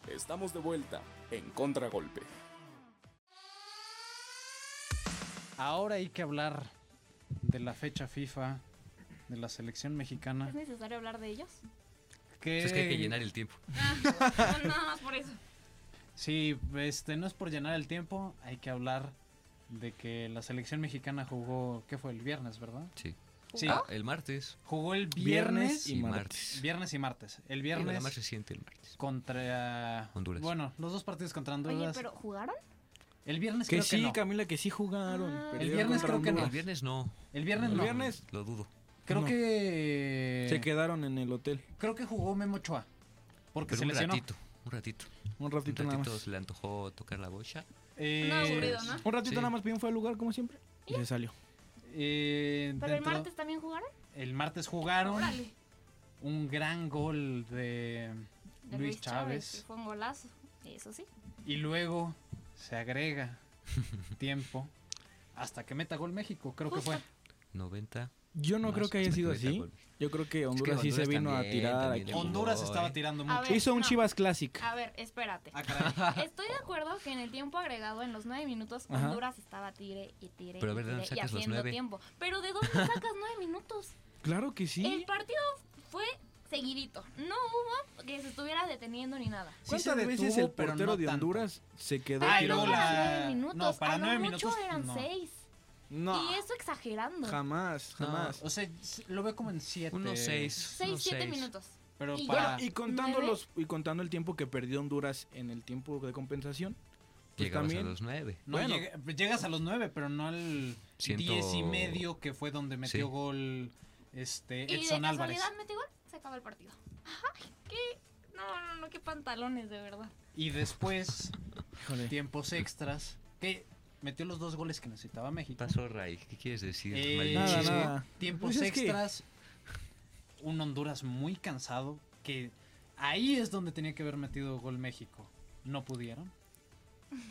[SPEAKER 1] Estamos de vuelta en Contragolpe.
[SPEAKER 3] Ahora hay que hablar de la fecha FIFA de la selección mexicana.
[SPEAKER 2] ¿Es necesario hablar de ellos?
[SPEAKER 3] Que,
[SPEAKER 4] pues Es que hay
[SPEAKER 5] eh,
[SPEAKER 4] que llenar el tiempo.
[SPEAKER 2] Ah, no, nada más por eso.
[SPEAKER 3] Sí, este, no es por llenar el tiempo, hay que hablar de que la selección mexicana jugó, ¿qué fue? El viernes, ¿verdad?
[SPEAKER 4] Sí.
[SPEAKER 3] Sí,
[SPEAKER 4] Ah, el martes.
[SPEAKER 3] jugó el viernes,
[SPEAKER 5] Viernes y
[SPEAKER 4] y
[SPEAKER 5] martes.
[SPEAKER 4] martes.
[SPEAKER 3] viernes y martes. El
[SPEAKER 4] Digo,
[SPEAKER 3] viernes
[SPEAKER 4] la más reciente, el martes.
[SPEAKER 3] contra
[SPEAKER 4] Honduras.
[SPEAKER 3] Bueno, los dos partidos contra Honduras.
[SPEAKER 2] Oye, pero ¿jugaron?
[SPEAKER 3] El viernes
[SPEAKER 5] Que
[SPEAKER 3] creo
[SPEAKER 5] sí,
[SPEAKER 3] que no.
[SPEAKER 5] Camila, que sí jugaron.
[SPEAKER 2] Ah.
[SPEAKER 5] perdieron
[SPEAKER 3] El viernes
[SPEAKER 5] contra
[SPEAKER 3] creo que no.
[SPEAKER 5] Honduras.
[SPEAKER 4] El viernes no.
[SPEAKER 3] El viernes
[SPEAKER 4] El
[SPEAKER 3] no.
[SPEAKER 5] viernes
[SPEAKER 4] Lo dudo.
[SPEAKER 3] Creo
[SPEAKER 5] no.
[SPEAKER 3] que
[SPEAKER 5] Se quedaron en el hotel
[SPEAKER 3] creo que jugó Memo Ochoa porque
[SPEAKER 4] Pero
[SPEAKER 3] se
[SPEAKER 4] un
[SPEAKER 3] lesionó.
[SPEAKER 4] ratito. Un ratito.
[SPEAKER 5] un
[SPEAKER 4] Un
[SPEAKER 5] ratito, nada
[SPEAKER 4] ratito
[SPEAKER 5] más.
[SPEAKER 4] se le antojó tocar la bocha.
[SPEAKER 3] Eh,
[SPEAKER 2] No, aburrido, ¿no?
[SPEAKER 5] Un ratito
[SPEAKER 4] Sí.
[SPEAKER 5] nada más, bien fue al lugar como siempre. Y se salió.
[SPEAKER 3] eh,
[SPEAKER 2] ¿Pero el
[SPEAKER 3] dentro-
[SPEAKER 2] martes también jugaron?
[SPEAKER 3] el martes jugaron
[SPEAKER 2] Órale.
[SPEAKER 3] un gran gol de
[SPEAKER 2] De
[SPEAKER 3] Luis
[SPEAKER 2] Luis Chávez.
[SPEAKER 3] Chávez.
[SPEAKER 2] que Fue un golazo. Eso sí.
[SPEAKER 3] y luego se agrega tiempo hasta que meta gol México, creo que fue.
[SPEAKER 4] 90.
[SPEAKER 5] Yo no
[SPEAKER 4] más,
[SPEAKER 5] creo que haya sido
[SPEAKER 4] 50
[SPEAKER 5] así.
[SPEAKER 4] goles.
[SPEAKER 5] Yo creo que Honduras sí se
[SPEAKER 4] Honduras
[SPEAKER 5] vino a
[SPEAKER 4] también,
[SPEAKER 5] tirar
[SPEAKER 4] también
[SPEAKER 5] aquí.
[SPEAKER 4] le-
[SPEAKER 3] Honduras
[SPEAKER 4] Uy.
[SPEAKER 3] estaba tirando
[SPEAKER 2] A
[SPEAKER 3] mucho.
[SPEAKER 2] ver,
[SPEAKER 5] Hizo un
[SPEAKER 2] no.
[SPEAKER 5] Chivas Classic.
[SPEAKER 2] A ver, espérate.
[SPEAKER 3] Ah, caray.
[SPEAKER 2] Estoy de acuerdo que en el tiempo agregado, en los nueve minutos,
[SPEAKER 5] Ajá.
[SPEAKER 2] Honduras estaba tire y tire
[SPEAKER 4] Pero a
[SPEAKER 2] y,
[SPEAKER 4] ver, ¿de dónde
[SPEAKER 2] tire, y
[SPEAKER 4] sacas los
[SPEAKER 2] haciendo
[SPEAKER 4] nueve?
[SPEAKER 2] tiempo. Pero ¿de dónde sacas nueve minutos?
[SPEAKER 5] Claro que sí.
[SPEAKER 2] El partido fue seguidito. No hubo que se estuviera deteniendo ni nada.
[SPEAKER 3] Sí se
[SPEAKER 5] ¿Cuántas veces
[SPEAKER 3] detuvo,
[SPEAKER 5] el
[SPEAKER 3] pero
[SPEAKER 5] portero
[SPEAKER 3] no
[SPEAKER 5] de
[SPEAKER 3] tanto.
[SPEAKER 5] Honduras se quedó
[SPEAKER 3] Ay,
[SPEAKER 5] tirado?
[SPEAKER 2] no
[SPEAKER 3] luego
[SPEAKER 2] para
[SPEAKER 3] la-
[SPEAKER 2] nueve minutos.
[SPEAKER 3] no, para
[SPEAKER 2] a lo
[SPEAKER 3] nueve
[SPEAKER 2] mucho
[SPEAKER 3] minutos,
[SPEAKER 2] eran
[SPEAKER 3] no.
[SPEAKER 2] seis.
[SPEAKER 5] No.
[SPEAKER 2] Y eso exagerando.
[SPEAKER 5] Jamás,
[SPEAKER 4] No.
[SPEAKER 5] jamás.
[SPEAKER 3] O sea, lo veo como en 7.
[SPEAKER 4] Unos 6.
[SPEAKER 2] seis, siete minutos.
[SPEAKER 3] Pero
[SPEAKER 2] Y
[SPEAKER 3] para
[SPEAKER 5] Bueno, y contando
[SPEAKER 2] Nueve.
[SPEAKER 5] los y contando el tiempo que perdió Honduras en el tiempo de compensación, pues
[SPEAKER 4] Llegamos
[SPEAKER 5] también
[SPEAKER 4] a los 9.
[SPEAKER 3] No,
[SPEAKER 5] Bueno.
[SPEAKER 3] llega- pues, llegas a los 9, pero no al
[SPEAKER 4] Ciento-
[SPEAKER 3] 10 y medio que fue donde metió
[SPEAKER 4] Sí.
[SPEAKER 3] gol este
[SPEAKER 2] Y de
[SPEAKER 3] Edson Álvarez.
[SPEAKER 2] casualidad mete gol, se acaba el partido. Ay, qué... No, no, no, qué pantalones, de verdad.
[SPEAKER 3] Y después,
[SPEAKER 5] híjole,
[SPEAKER 3] tiempos extras, que metió los dos goles que necesitaba México.
[SPEAKER 4] Pasó Ray. ¿Qué quieres decir?
[SPEAKER 3] Eh,
[SPEAKER 5] nada,
[SPEAKER 4] Maldición.
[SPEAKER 5] nada.
[SPEAKER 3] Tiempos
[SPEAKER 5] Pues es que-
[SPEAKER 3] extras, un Honduras muy cansado, que ahí es donde tenía que haber metido gol México. No pudieron.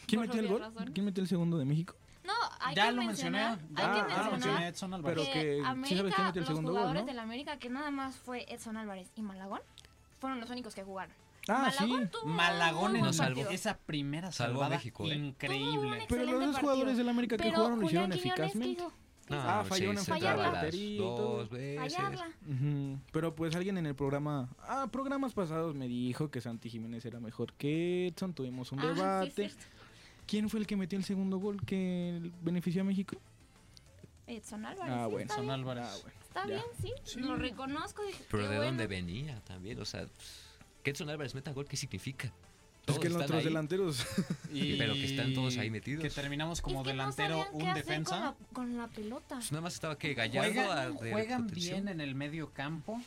[SPEAKER 5] ¿Quién
[SPEAKER 2] Por
[SPEAKER 5] metió el
[SPEAKER 2] obvias
[SPEAKER 5] gol?
[SPEAKER 2] razones.
[SPEAKER 5] ¿Quién metió el segundo de México?
[SPEAKER 2] No, hay
[SPEAKER 3] ya
[SPEAKER 2] que
[SPEAKER 3] lo mencioné.
[SPEAKER 2] mencionar,
[SPEAKER 3] Ya,
[SPEAKER 2] hay
[SPEAKER 5] ah,
[SPEAKER 2] que
[SPEAKER 3] ya lo mencioné
[SPEAKER 2] mencionar
[SPEAKER 3] a Edson Álvarez.
[SPEAKER 5] Pero
[SPEAKER 2] que,
[SPEAKER 5] que, ¿sí sabes
[SPEAKER 2] América,
[SPEAKER 5] quién metió el
[SPEAKER 2] los
[SPEAKER 5] segundo gol,
[SPEAKER 2] jugadores
[SPEAKER 5] no?
[SPEAKER 2] de la América, que nada más fue Edson Álvarez y Malagón, fueron los únicos que jugaron.
[SPEAKER 5] Ah, sí.
[SPEAKER 2] Malagón tuvo
[SPEAKER 3] Malagón
[SPEAKER 2] un
[SPEAKER 3] en
[SPEAKER 4] Nos
[SPEAKER 2] buen
[SPEAKER 4] salvó.
[SPEAKER 2] partido.
[SPEAKER 3] esa primera
[SPEAKER 4] Salvó a
[SPEAKER 3] salvada
[SPEAKER 4] México, ¿eh?
[SPEAKER 3] increíble.
[SPEAKER 5] Pero los
[SPEAKER 2] Excelente
[SPEAKER 5] dos jugadores
[SPEAKER 2] partido.
[SPEAKER 5] del América que
[SPEAKER 2] Pero
[SPEAKER 5] jugaron lo hicieron
[SPEAKER 2] Julián Quiñones, ¿qué
[SPEAKER 5] eficazmente.
[SPEAKER 2] hizo?
[SPEAKER 4] No,
[SPEAKER 5] Ah, falló
[SPEAKER 4] sí,
[SPEAKER 5] una
[SPEAKER 4] se
[SPEAKER 2] fallar
[SPEAKER 4] traba
[SPEAKER 2] la
[SPEAKER 4] las
[SPEAKER 5] batería y
[SPEAKER 4] dos veces.
[SPEAKER 5] Ah,
[SPEAKER 2] Fallarla.
[SPEAKER 5] Ujú. Pero pues alguien en el programa, ah, programas pasados me dijo que Santi Jiménez era mejor que Edson, tuvimos un
[SPEAKER 2] Ah, sí, es
[SPEAKER 5] debate.
[SPEAKER 2] cierto.
[SPEAKER 5] ¿Quién fue el que metió el segundo gol que benefició a México?
[SPEAKER 2] Edson Álvarez.
[SPEAKER 5] Ah,
[SPEAKER 2] sí,
[SPEAKER 5] bueno.
[SPEAKER 2] Está,
[SPEAKER 3] Edson
[SPEAKER 2] bien,
[SPEAKER 3] Álvarez.
[SPEAKER 5] Ah, bueno.
[SPEAKER 2] está
[SPEAKER 5] ya.
[SPEAKER 2] bien, sí. Lo reconozco. dije,
[SPEAKER 4] Pero
[SPEAKER 2] qué
[SPEAKER 4] de dónde
[SPEAKER 2] bueno.
[SPEAKER 4] venía también, o sea, que Edson Álvarez meta gol, ¿qué significa?
[SPEAKER 5] Es
[SPEAKER 4] Todos
[SPEAKER 5] Pues que
[SPEAKER 4] están
[SPEAKER 5] nuestros
[SPEAKER 4] ahí.
[SPEAKER 5] delanteros.
[SPEAKER 4] Y- pero que están todos ahí metidos.
[SPEAKER 3] Que terminamos
[SPEAKER 2] Es
[SPEAKER 3] como
[SPEAKER 2] que no
[SPEAKER 3] delantero,
[SPEAKER 2] sabían qué
[SPEAKER 3] un
[SPEAKER 2] hacer
[SPEAKER 3] defensa.
[SPEAKER 2] Con la, con la pelota.
[SPEAKER 4] Pues nada más estaba que Gallardo a-
[SPEAKER 3] Juegan,
[SPEAKER 4] de
[SPEAKER 3] juegan
[SPEAKER 4] contención.
[SPEAKER 3] bien en el medio campo,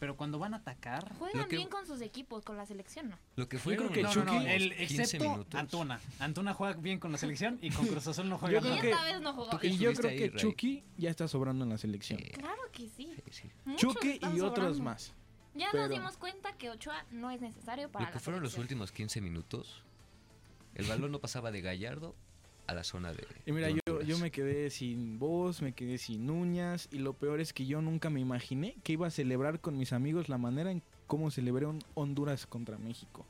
[SPEAKER 3] pero cuando van a atacar.
[SPEAKER 2] Juegan
[SPEAKER 4] Lo que-
[SPEAKER 2] bien con sus equipos, con la selección, ¿no?
[SPEAKER 4] Lo que
[SPEAKER 5] creo
[SPEAKER 4] fueron
[SPEAKER 5] que
[SPEAKER 4] los
[SPEAKER 5] Chucky-
[SPEAKER 3] no, no,
[SPEAKER 4] últimos
[SPEAKER 3] el,
[SPEAKER 4] 15
[SPEAKER 3] excepto
[SPEAKER 4] minutos.
[SPEAKER 3] Antuna. Antuna juega bien con la selección y con Cruz Azul no
[SPEAKER 5] Yo
[SPEAKER 3] juega
[SPEAKER 5] creo
[SPEAKER 2] Y
[SPEAKER 3] nada.
[SPEAKER 5] que-
[SPEAKER 2] esta vez no jugó.
[SPEAKER 4] ¿Tú
[SPEAKER 5] Y
[SPEAKER 4] qué
[SPEAKER 5] yo
[SPEAKER 4] estuviste
[SPEAKER 5] creo
[SPEAKER 4] ahí,
[SPEAKER 5] que
[SPEAKER 4] Ray?
[SPEAKER 5] Chucky ya está sobrando en la selección.
[SPEAKER 4] Sí,
[SPEAKER 2] Claro que sí.
[SPEAKER 4] sí.
[SPEAKER 2] Muchos
[SPEAKER 5] Chucky
[SPEAKER 2] están
[SPEAKER 5] y otros
[SPEAKER 2] sobrando.
[SPEAKER 5] más.
[SPEAKER 2] Ya
[SPEAKER 5] pero-
[SPEAKER 2] nos dimos cuenta que Ochoa no es necesario para
[SPEAKER 4] Lo que
[SPEAKER 2] la
[SPEAKER 4] fueron los
[SPEAKER 2] selección.
[SPEAKER 4] últimos 15 minutos, el balón no pasaba de Gallardo a la zona de.
[SPEAKER 5] Y mira,
[SPEAKER 4] de
[SPEAKER 5] yo, yo
[SPEAKER 4] Honduras.
[SPEAKER 5] me quedé sin voz, me quedé sin uñas y lo peor es que yo nunca me imaginé que iba a celebrar con mis amigos la manera en cómo celebré un Honduras contra México.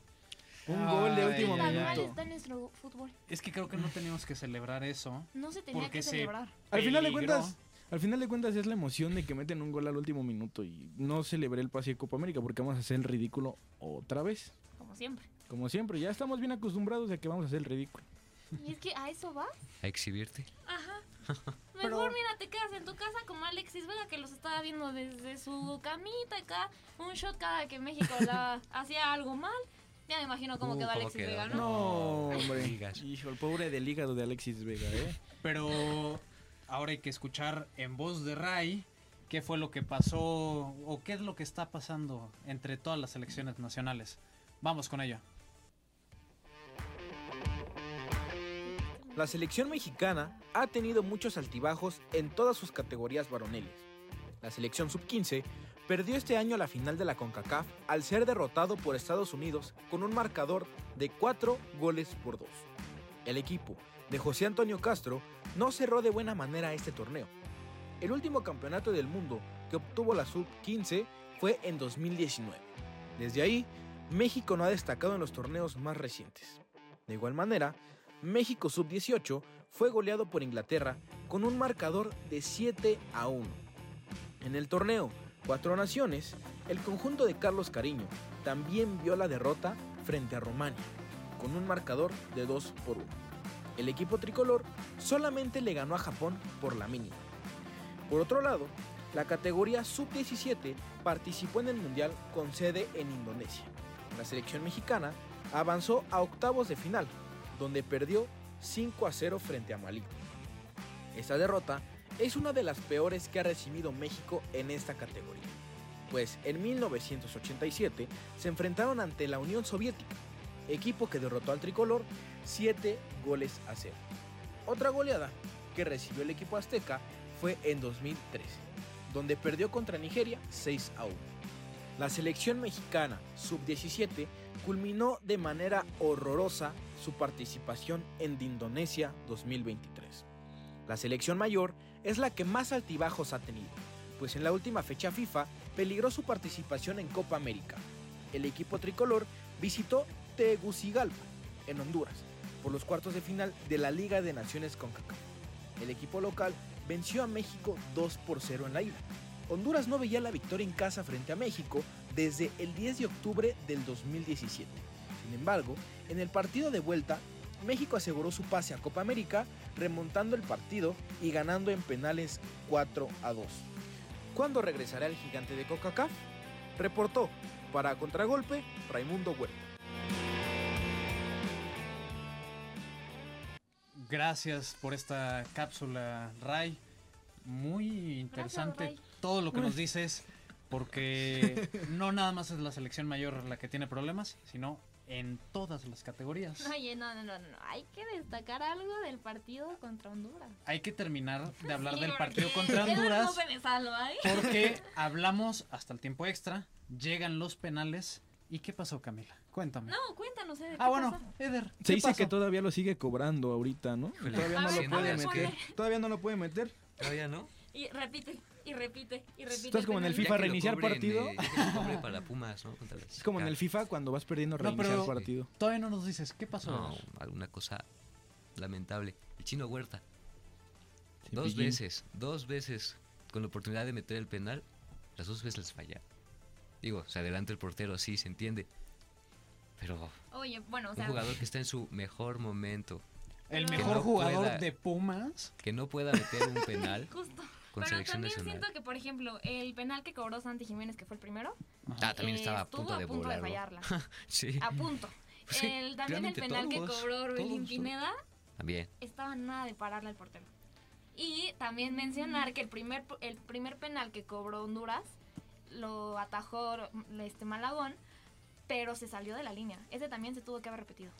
[SPEAKER 5] Un gol de
[SPEAKER 3] Ay,
[SPEAKER 5] último
[SPEAKER 3] ay, ay.
[SPEAKER 2] Tal cual
[SPEAKER 5] minuto.
[SPEAKER 2] está nuestro fútbol.
[SPEAKER 3] Es que creo que no teníamos que celebrar eso.
[SPEAKER 2] No se tenía
[SPEAKER 3] Porque
[SPEAKER 2] que
[SPEAKER 3] se-
[SPEAKER 2] celebrar.
[SPEAKER 5] Al final de
[SPEAKER 3] Peligro.
[SPEAKER 5] cuentas, al final de cuentas es la emoción de que meten un gol al último minuto y no celebré el pase de Copa América porque vamos a hacer el ridículo otra vez.
[SPEAKER 2] Como siempre.
[SPEAKER 5] Como siempre, ya estamos bien acostumbrados a que vamos a hacer el ridículo.
[SPEAKER 2] Y es que a eso va.
[SPEAKER 4] A exhibirte.
[SPEAKER 2] Ajá. Mejor mira, te quedas en tu casa como Alexis Vega que los estaba viendo desde su camita acá, un shot cada que México la hacía algo mal. Ya me imagino cómo
[SPEAKER 4] Uh,
[SPEAKER 2] quedó
[SPEAKER 4] cómo
[SPEAKER 2] Alexis
[SPEAKER 4] quedó,
[SPEAKER 2] Vega, ¿no?
[SPEAKER 4] ¿no?
[SPEAKER 5] No, hombre.
[SPEAKER 4] digas.
[SPEAKER 5] Hijo, el pobre del hígado de Alexis Vega, ¿eh?
[SPEAKER 3] Pero ahora hay que escuchar en voz de Ray qué fue lo que pasó o qué es lo que está pasando entre todas las selecciones nacionales. Vamos con ello.
[SPEAKER 6] La selección mexicana ha tenido muchos altibajos en todas sus categorías varoniles. La selección sub-15 perdió este año la final de la CONCACAF al ser derrotado por Estados Unidos con un marcador de 4 goles por 2. El equipo de José Antonio Castro no cerró de buena manera este torneo. El último campeonato del mundo que obtuvo la sub-15 fue en 2019. Desde ahí, México no ha destacado en los torneos más recientes. De igual manera, México Sub-18 fue goleado por Inglaterra con un marcador de 7 a 1. En el torneo Cuatro Naciones, el conjunto de Carlos Cariño también vio la derrota frente a Rumania con un marcador de 2 por 1. El equipo tricolor solamente le ganó a Japón por la mínima. Por otro lado, la categoría Sub-17 participó en el Mundial con sede en Indonesia. La selección mexicana avanzó a octavos de final donde perdió 5 a 0 frente a Malí. Esta derrota es una de las peores que ha recibido México en esta categoría, pues en 1987 se enfrentaron ante la Unión Soviética, equipo que derrotó al tricolor 7 goles a 0. Otra goleada que recibió el equipo azteca fue en 2013, donde perdió contra Nigeria 6 a 1. La selección mexicana sub-17 culminó de manera horrorosa su participación en Indonesia 2023. La selección mayor es la que más altibajos ha tenido, pues en la última fecha FIFA peligró su participación en Copa América. El equipo tricolor visitó Tegucigalpa, en Honduras, por los cuartos de final de la Liga de Naciones CONCACAF. El equipo local venció a México 2 por 0 en la ida. Honduras no veía la victoria en casa frente a México desde el 10 de octubre del 2017. Sin embargo, en el partido de vuelta, México aseguró su pase a Copa América remontando el partido y ganando en penales 4 a 2. ¿Cuándo regresará el gigante de CONCACAF? Reportó para Contragolpe Raimundo Huerta.
[SPEAKER 3] Gracias por esta cápsula, Ray. Muy interesante
[SPEAKER 2] Ray.
[SPEAKER 3] todo lo que nos dices, porque no nada más es la selección mayor la que tiene problemas, sino en todas las categorías.
[SPEAKER 2] Oye, no, no, no, no, no. Hay que destacar algo del partido contra Honduras.
[SPEAKER 3] Hay que terminar de hablar
[SPEAKER 2] Sí,
[SPEAKER 3] del
[SPEAKER 2] porque
[SPEAKER 3] partido contra
[SPEAKER 2] Edwin
[SPEAKER 3] Honduras.
[SPEAKER 2] López de Salva, ¿eh?
[SPEAKER 3] Porque hablamos hasta el tiempo extra, llegan los penales ¿Y qué pasó, Camila? Cuéntame.
[SPEAKER 2] No, cuéntanos, Eder.
[SPEAKER 3] ah,
[SPEAKER 2] ¿qué
[SPEAKER 3] bueno,
[SPEAKER 2] pasó?
[SPEAKER 3] Eder.
[SPEAKER 5] Se
[SPEAKER 3] ¿qué
[SPEAKER 5] dice que
[SPEAKER 3] pasó?
[SPEAKER 5] todavía lo sigue cobrando ahorita, ¿no?
[SPEAKER 4] Híjole.
[SPEAKER 5] Todavía
[SPEAKER 2] A
[SPEAKER 5] no
[SPEAKER 2] ver,
[SPEAKER 5] lo
[SPEAKER 2] a
[SPEAKER 5] puede
[SPEAKER 2] ver,
[SPEAKER 5] meter.
[SPEAKER 2] ponle.
[SPEAKER 5] Todavía no lo puede meter.
[SPEAKER 4] Todavía no.
[SPEAKER 2] Y repite, y repite, y repite.
[SPEAKER 5] Estás como en el
[SPEAKER 2] penalti.
[SPEAKER 4] Ya
[SPEAKER 5] FIFA.
[SPEAKER 4] que lo
[SPEAKER 5] reiniciar
[SPEAKER 4] cobren,
[SPEAKER 5] partido.
[SPEAKER 4] eh, ya que lo cobren para Pumas, ¿no? Contra las
[SPEAKER 5] Es como en el
[SPEAKER 4] Chicas.
[SPEAKER 5] FIFA cuando vas perdiendo
[SPEAKER 3] No,
[SPEAKER 5] reiniciar
[SPEAKER 3] pero-
[SPEAKER 5] el partido.
[SPEAKER 3] Todavía no nos dices, ¿qué pasó?
[SPEAKER 4] No,
[SPEAKER 3] Eder?
[SPEAKER 4] alguna cosa lamentable. El chino Huerta.
[SPEAKER 5] Sí,
[SPEAKER 4] Dos
[SPEAKER 5] pillín.
[SPEAKER 4] veces, dos veces con la oportunidad de meter el penal, las dos veces las falla. Digo, se adelanta el portero, sí, se entiende. Pero
[SPEAKER 2] Oye, bueno, o
[SPEAKER 4] un
[SPEAKER 2] sea,
[SPEAKER 4] jugador que está en su mejor momento,
[SPEAKER 3] El
[SPEAKER 2] Que
[SPEAKER 3] mejor
[SPEAKER 4] no
[SPEAKER 3] jugador
[SPEAKER 4] pueda.
[SPEAKER 3] de Pumas.
[SPEAKER 4] que no pueda meter un penal
[SPEAKER 2] justo.
[SPEAKER 4] con
[SPEAKER 2] Pero
[SPEAKER 4] selección
[SPEAKER 2] también
[SPEAKER 4] nacional.
[SPEAKER 2] siento que, por ejemplo, el penal que cobró Santi Jiménez, que fue el primero,
[SPEAKER 4] Ah, también
[SPEAKER 2] eh,
[SPEAKER 4] estaba a
[SPEAKER 2] estuvo
[SPEAKER 4] punto de
[SPEAKER 2] a punto de
[SPEAKER 4] volarlo.
[SPEAKER 2] fallarla. Ah,
[SPEAKER 4] Sí,
[SPEAKER 2] A punto.
[SPEAKER 4] Sí,
[SPEAKER 2] El- también el
[SPEAKER 4] realmente
[SPEAKER 2] penal que
[SPEAKER 4] todos,
[SPEAKER 2] cobró Orbelín
[SPEAKER 4] todos.
[SPEAKER 2] Pineda
[SPEAKER 4] también.
[SPEAKER 2] estaba nada de pararle al portero. Y también mencionar que el primer, el primer penal que cobró Honduras lo atajó este Malagón, pero se salió de la línea. Ese también se tuvo que haber repetido.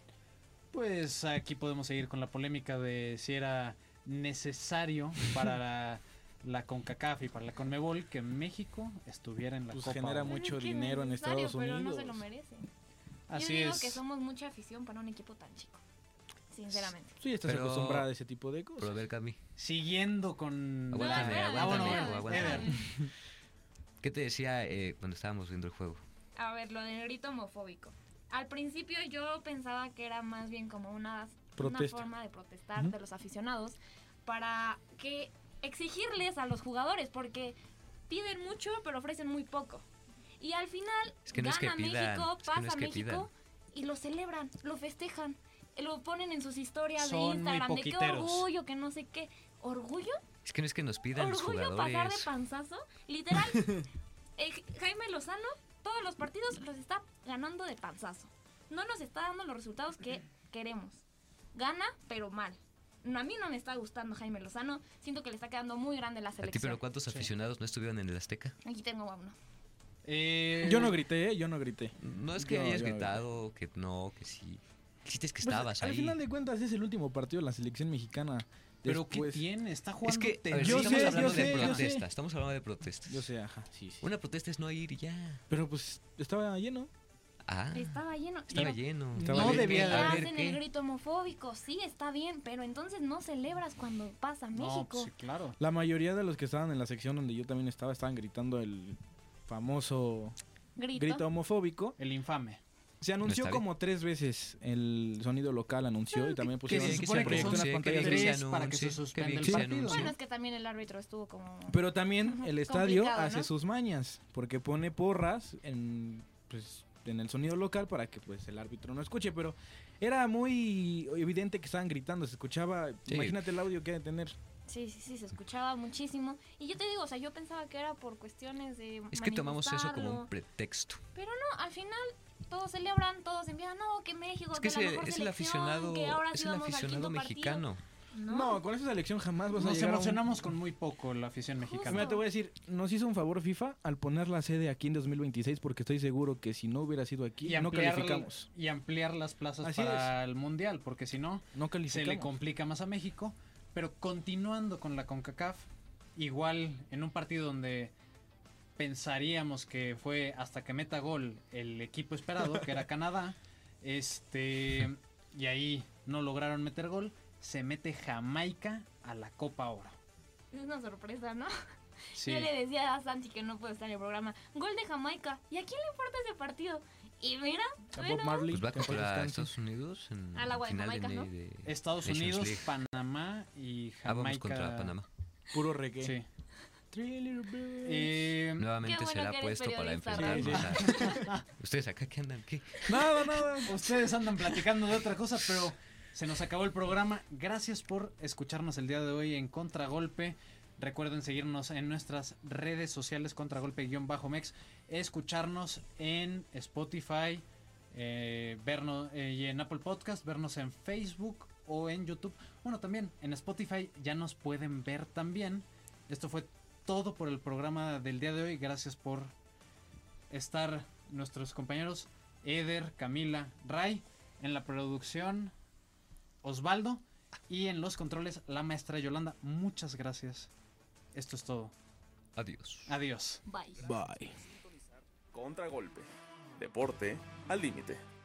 [SPEAKER 3] Pues aquí podemos seguir con la polémica de si era necesario para la, la CONCACAF y para la CONMEBOL que México estuviera en la
[SPEAKER 5] Pues
[SPEAKER 3] Copa
[SPEAKER 5] genera
[SPEAKER 3] Oro.
[SPEAKER 5] Mucho
[SPEAKER 2] Pues es que
[SPEAKER 5] dinero en
[SPEAKER 2] necesario,
[SPEAKER 5] Estados
[SPEAKER 2] Pero no
[SPEAKER 5] Unidos.
[SPEAKER 2] se lo merece. Yo
[SPEAKER 3] Así
[SPEAKER 2] digo
[SPEAKER 3] es.
[SPEAKER 2] que somos mucha afición para un equipo tan chico. Sinceramente.
[SPEAKER 5] Sí, estás
[SPEAKER 4] Pero-
[SPEAKER 5] acostumbrada a ese tipo de
[SPEAKER 4] Pero a
[SPEAKER 5] cosas.
[SPEAKER 4] ver, Cami,
[SPEAKER 3] Siguiendo con...
[SPEAKER 4] Aguántame,
[SPEAKER 2] espérame,
[SPEAKER 3] Ah, bueno,
[SPEAKER 4] aguántame,
[SPEAKER 3] bueno,
[SPEAKER 4] aguántame.
[SPEAKER 3] Eder.
[SPEAKER 4] ¿qué te decía eh, cuando estábamos viendo el juego?
[SPEAKER 2] A ver, lo del grito homofóbico. Al principio yo pensaba que era más bien como una, una
[SPEAKER 5] Protesta.
[SPEAKER 2] forma de protestar
[SPEAKER 5] Ujú.
[SPEAKER 2] de los aficionados para que exigirles a los jugadores, porque piden mucho pero ofrecen muy poco. Y al final
[SPEAKER 4] Es que no es que
[SPEAKER 2] gana
[SPEAKER 4] pidan,
[SPEAKER 2] México,
[SPEAKER 4] es que no
[SPEAKER 2] pasa
[SPEAKER 4] es que
[SPEAKER 2] México y lo celebran, lo festejan, lo ponen en sus historias
[SPEAKER 3] Son muy
[SPEAKER 2] de Instagram de qué
[SPEAKER 3] poquiteros.
[SPEAKER 2] orgullo, que no sé qué. ¿Orgullo?
[SPEAKER 4] Es que no es que nos pidan los
[SPEAKER 2] Orgullo pasar de
[SPEAKER 4] jugadores.
[SPEAKER 2] panzazo. Literal, eh, Jaime Lozano, todos los partidos los está ganando de panzazo. No nos está dando los resultados que queremos. Gana, pero mal. No, A mí no me está gustando Jaime Lozano. Siento que le está quedando muy grande la
[SPEAKER 4] A ti, pero
[SPEAKER 2] selección.
[SPEAKER 4] ¿cuántos
[SPEAKER 3] Sí.
[SPEAKER 4] aficionados no estuvieron en el Azteca?
[SPEAKER 2] Aquí tengo a uno.
[SPEAKER 3] Eh,
[SPEAKER 5] Yo no grité, ¿eh? yo no grité.
[SPEAKER 4] No es que
[SPEAKER 5] Yo-
[SPEAKER 4] hayas
[SPEAKER 5] yo-
[SPEAKER 4] gritado, que no, que sí. El chiste es que
[SPEAKER 5] Pues,
[SPEAKER 4] estabas
[SPEAKER 5] al
[SPEAKER 4] ahí.
[SPEAKER 5] final de cuentas es el último partido de la selección mexicana.
[SPEAKER 3] Pero
[SPEAKER 5] Después-
[SPEAKER 3] ¿qué tiene? Está
[SPEAKER 4] Es
[SPEAKER 3] jugando
[SPEAKER 4] que a ver,
[SPEAKER 5] Yo
[SPEAKER 4] estamos
[SPEAKER 5] sé,
[SPEAKER 4] hablando
[SPEAKER 5] yo
[SPEAKER 4] de
[SPEAKER 5] sé, yo
[SPEAKER 4] protestas.
[SPEAKER 5] sé.
[SPEAKER 4] Estamos hablando de protestas.
[SPEAKER 5] Yo sé, ajá, sí, sí.
[SPEAKER 4] Una protesta es no ir y ya.
[SPEAKER 5] Pero pues estaba lleno.
[SPEAKER 4] Ah,
[SPEAKER 2] Estaba lleno.
[SPEAKER 4] estaba
[SPEAKER 2] Y
[SPEAKER 4] lleno.
[SPEAKER 5] Estaba No lleno.
[SPEAKER 3] debía
[SPEAKER 2] le
[SPEAKER 3] de
[SPEAKER 4] A
[SPEAKER 3] haber
[SPEAKER 4] ver,
[SPEAKER 2] hacen el
[SPEAKER 4] ¿qué?
[SPEAKER 2] grito homofóbico. Sí, está bien, pero entonces no celebras cuando pasa
[SPEAKER 3] No,
[SPEAKER 2] México.
[SPEAKER 3] sí, claro.
[SPEAKER 5] La mayoría de los que estaban en la sección donde yo también estaba estaban gritando el famoso
[SPEAKER 2] grito.
[SPEAKER 5] grito homofóbico.
[SPEAKER 3] El infame.
[SPEAKER 5] Se anunció
[SPEAKER 4] está bien.
[SPEAKER 5] como tres veces el sonido local anunció y también
[SPEAKER 4] Qué
[SPEAKER 5] pusieron
[SPEAKER 4] bien
[SPEAKER 3] se
[SPEAKER 4] que se
[SPEAKER 3] supone Ah, que son
[SPEAKER 4] anuncie,
[SPEAKER 5] unas
[SPEAKER 4] qué bien que se
[SPEAKER 5] pantallas
[SPEAKER 3] tres para que se
[SPEAKER 4] anuncie, qué
[SPEAKER 3] suspenda
[SPEAKER 4] bien
[SPEAKER 3] el
[SPEAKER 4] que se
[SPEAKER 3] partido.
[SPEAKER 4] anuncie.
[SPEAKER 2] Bueno, es que también el árbitro estuvo como...
[SPEAKER 5] Pero también el estadio
[SPEAKER 2] Complicado,
[SPEAKER 5] hace
[SPEAKER 2] ¿no?
[SPEAKER 5] sus mañas, porque pone porras en, pues, en el sonido local para que pues el árbitro no escuche, pero era muy evidente que estaban gritando, se escuchaba,
[SPEAKER 4] Sí.
[SPEAKER 5] imagínate el audio que ha de tener.
[SPEAKER 2] Sí, sí, sí, se escuchaba muchísimo. Y yo te digo, o sea, yo pensaba que era por cuestiones de.
[SPEAKER 4] Es que tomamos eso como un
[SPEAKER 2] manifestarlo.
[SPEAKER 4] pretexto.
[SPEAKER 2] No, al final todos celebran, todos envían, no, que México,
[SPEAKER 4] Es que
[SPEAKER 2] es
[SPEAKER 4] es
[SPEAKER 2] la
[SPEAKER 4] el,
[SPEAKER 2] mejor
[SPEAKER 4] es el
[SPEAKER 2] selección,
[SPEAKER 4] aficionado,
[SPEAKER 2] que ahora
[SPEAKER 4] es
[SPEAKER 2] sí
[SPEAKER 4] el
[SPEAKER 2] vamos al
[SPEAKER 4] aficionado
[SPEAKER 2] quinto partido".
[SPEAKER 4] mexicano.
[SPEAKER 2] No,
[SPEAKER 5] No, con esa selección jamás vas a
[SPEAKER 3] Nos
[SPEAKER 5] llegar a un-
[SPEAKER 3] emocionamos con muy poco la afición mexicana.
[SPEAKER 5] Mira, te voy a decir, nos hizo un favor FIFA al poner la sede aquí en 2026 porque estoy seguro que si no hubiera sido aquí
[SPEAKER 3] Y
[SPEAKER 5] no
[SPEAKER 3] ampliar,
[SPEAKER 5] calificamos.
[SPEAKER 3] y ampliar las plazas
[SPEAKER 5] Así
[SPEAKER 3] para el Mundial, porque si no,
[SPEAKER 5] No
[SPEAKER 3] se le
[SPEAKER 5] calificamos.
[SPEAKER 3] complica más a México. Pero continuando con la CONCACAF, igual en un partido donde pensaríamos que fue hasta que meta gol el equipo esperado, que era Canadá, este y ahí no lograron meter gol, se mete Jamaica a la Copa Oro.
[SPEAKER 2] es una sorpresa, ¿no?
[SPEAKER 3] Sí.
[SPEAKER 2] Yo le decía a Santi que no puedo estar en el programa. Gol de Jamaica. ¿Y a quién le importa ese partido? Y mira,
[SPEAKER 5] A Bob
[SPEAKER 2] bueno,
[SPEAKER 5] Marley,
[SPEAKER 4] Pues va
[SPEAKER 5] que en paz
[SPEAKER 4] contra
[SPEAKER 5] descanse.
[SPEAKER 4] Estados Unidos en
[SPEAKER 2] Al agua de
[SPEAKER 4] final
[SPEAKER 2] Jamaica,
[SPEAKER 4] de, de
[SPEAKER 3] Estados
[SPEAKER 4] Nations
[SPEAKER 3] Unidos,
[SPEAKER 4] League.
[SPEAKER 3] Panamá y
[SPEAKER 4] Ah, vamos
[SPEAKER 3] Jamaica.
[SPEAKER 4] contra Panamá.
[SPEAKER 5] Puro reggae.
[SPEAKER 3] Sí.
[SPEAKER 5] Three little birds.
[SPEAKER 3] Eh,
[SPEAKER 4] Nuevamente
[SPEAKER 2] bueno que
[SPEAKER 4] será
[SPEAKER 2] eres
[SPEAKER 4] puesto para
[SPEAKER 2] periodista,
[SPEAKER 4] enfrentarnos a- Ustedes acá, ¿qué andan? ¿Qué?
[SPEAKER 5] Nada, nada.
[SPEAKER 3] Ustedes andan platicando de otra cosa, pero se nos acabó el programa. Gracias por escucharnos el día de hoy en Contragolpe. Recuerden seguirnos en nuestras redes sociales, Contragolpe-Mex. Escucharnos en Spotify, eh, vernos eh, y en Apple Podcast, vernos en Facebook o en YouTube. Bueno, también en Spotify ya nos pueden ver también. Esto fue todo por el programa del día de hoy. Gracias por estar nuestros compañeros Eder, Camila, Ray, en la producción Osvaldo y en los controles la maestra Yolanda. Muchas gracias. Esto es todo.
[SPEAKER 4] Adiós.
[SPEAKER 3] Adiós.
[SPEAKER 2] bye.
[SPEAKER 5] Bye.
[SPEAKER 1] Contragolpe. Deporte al límite.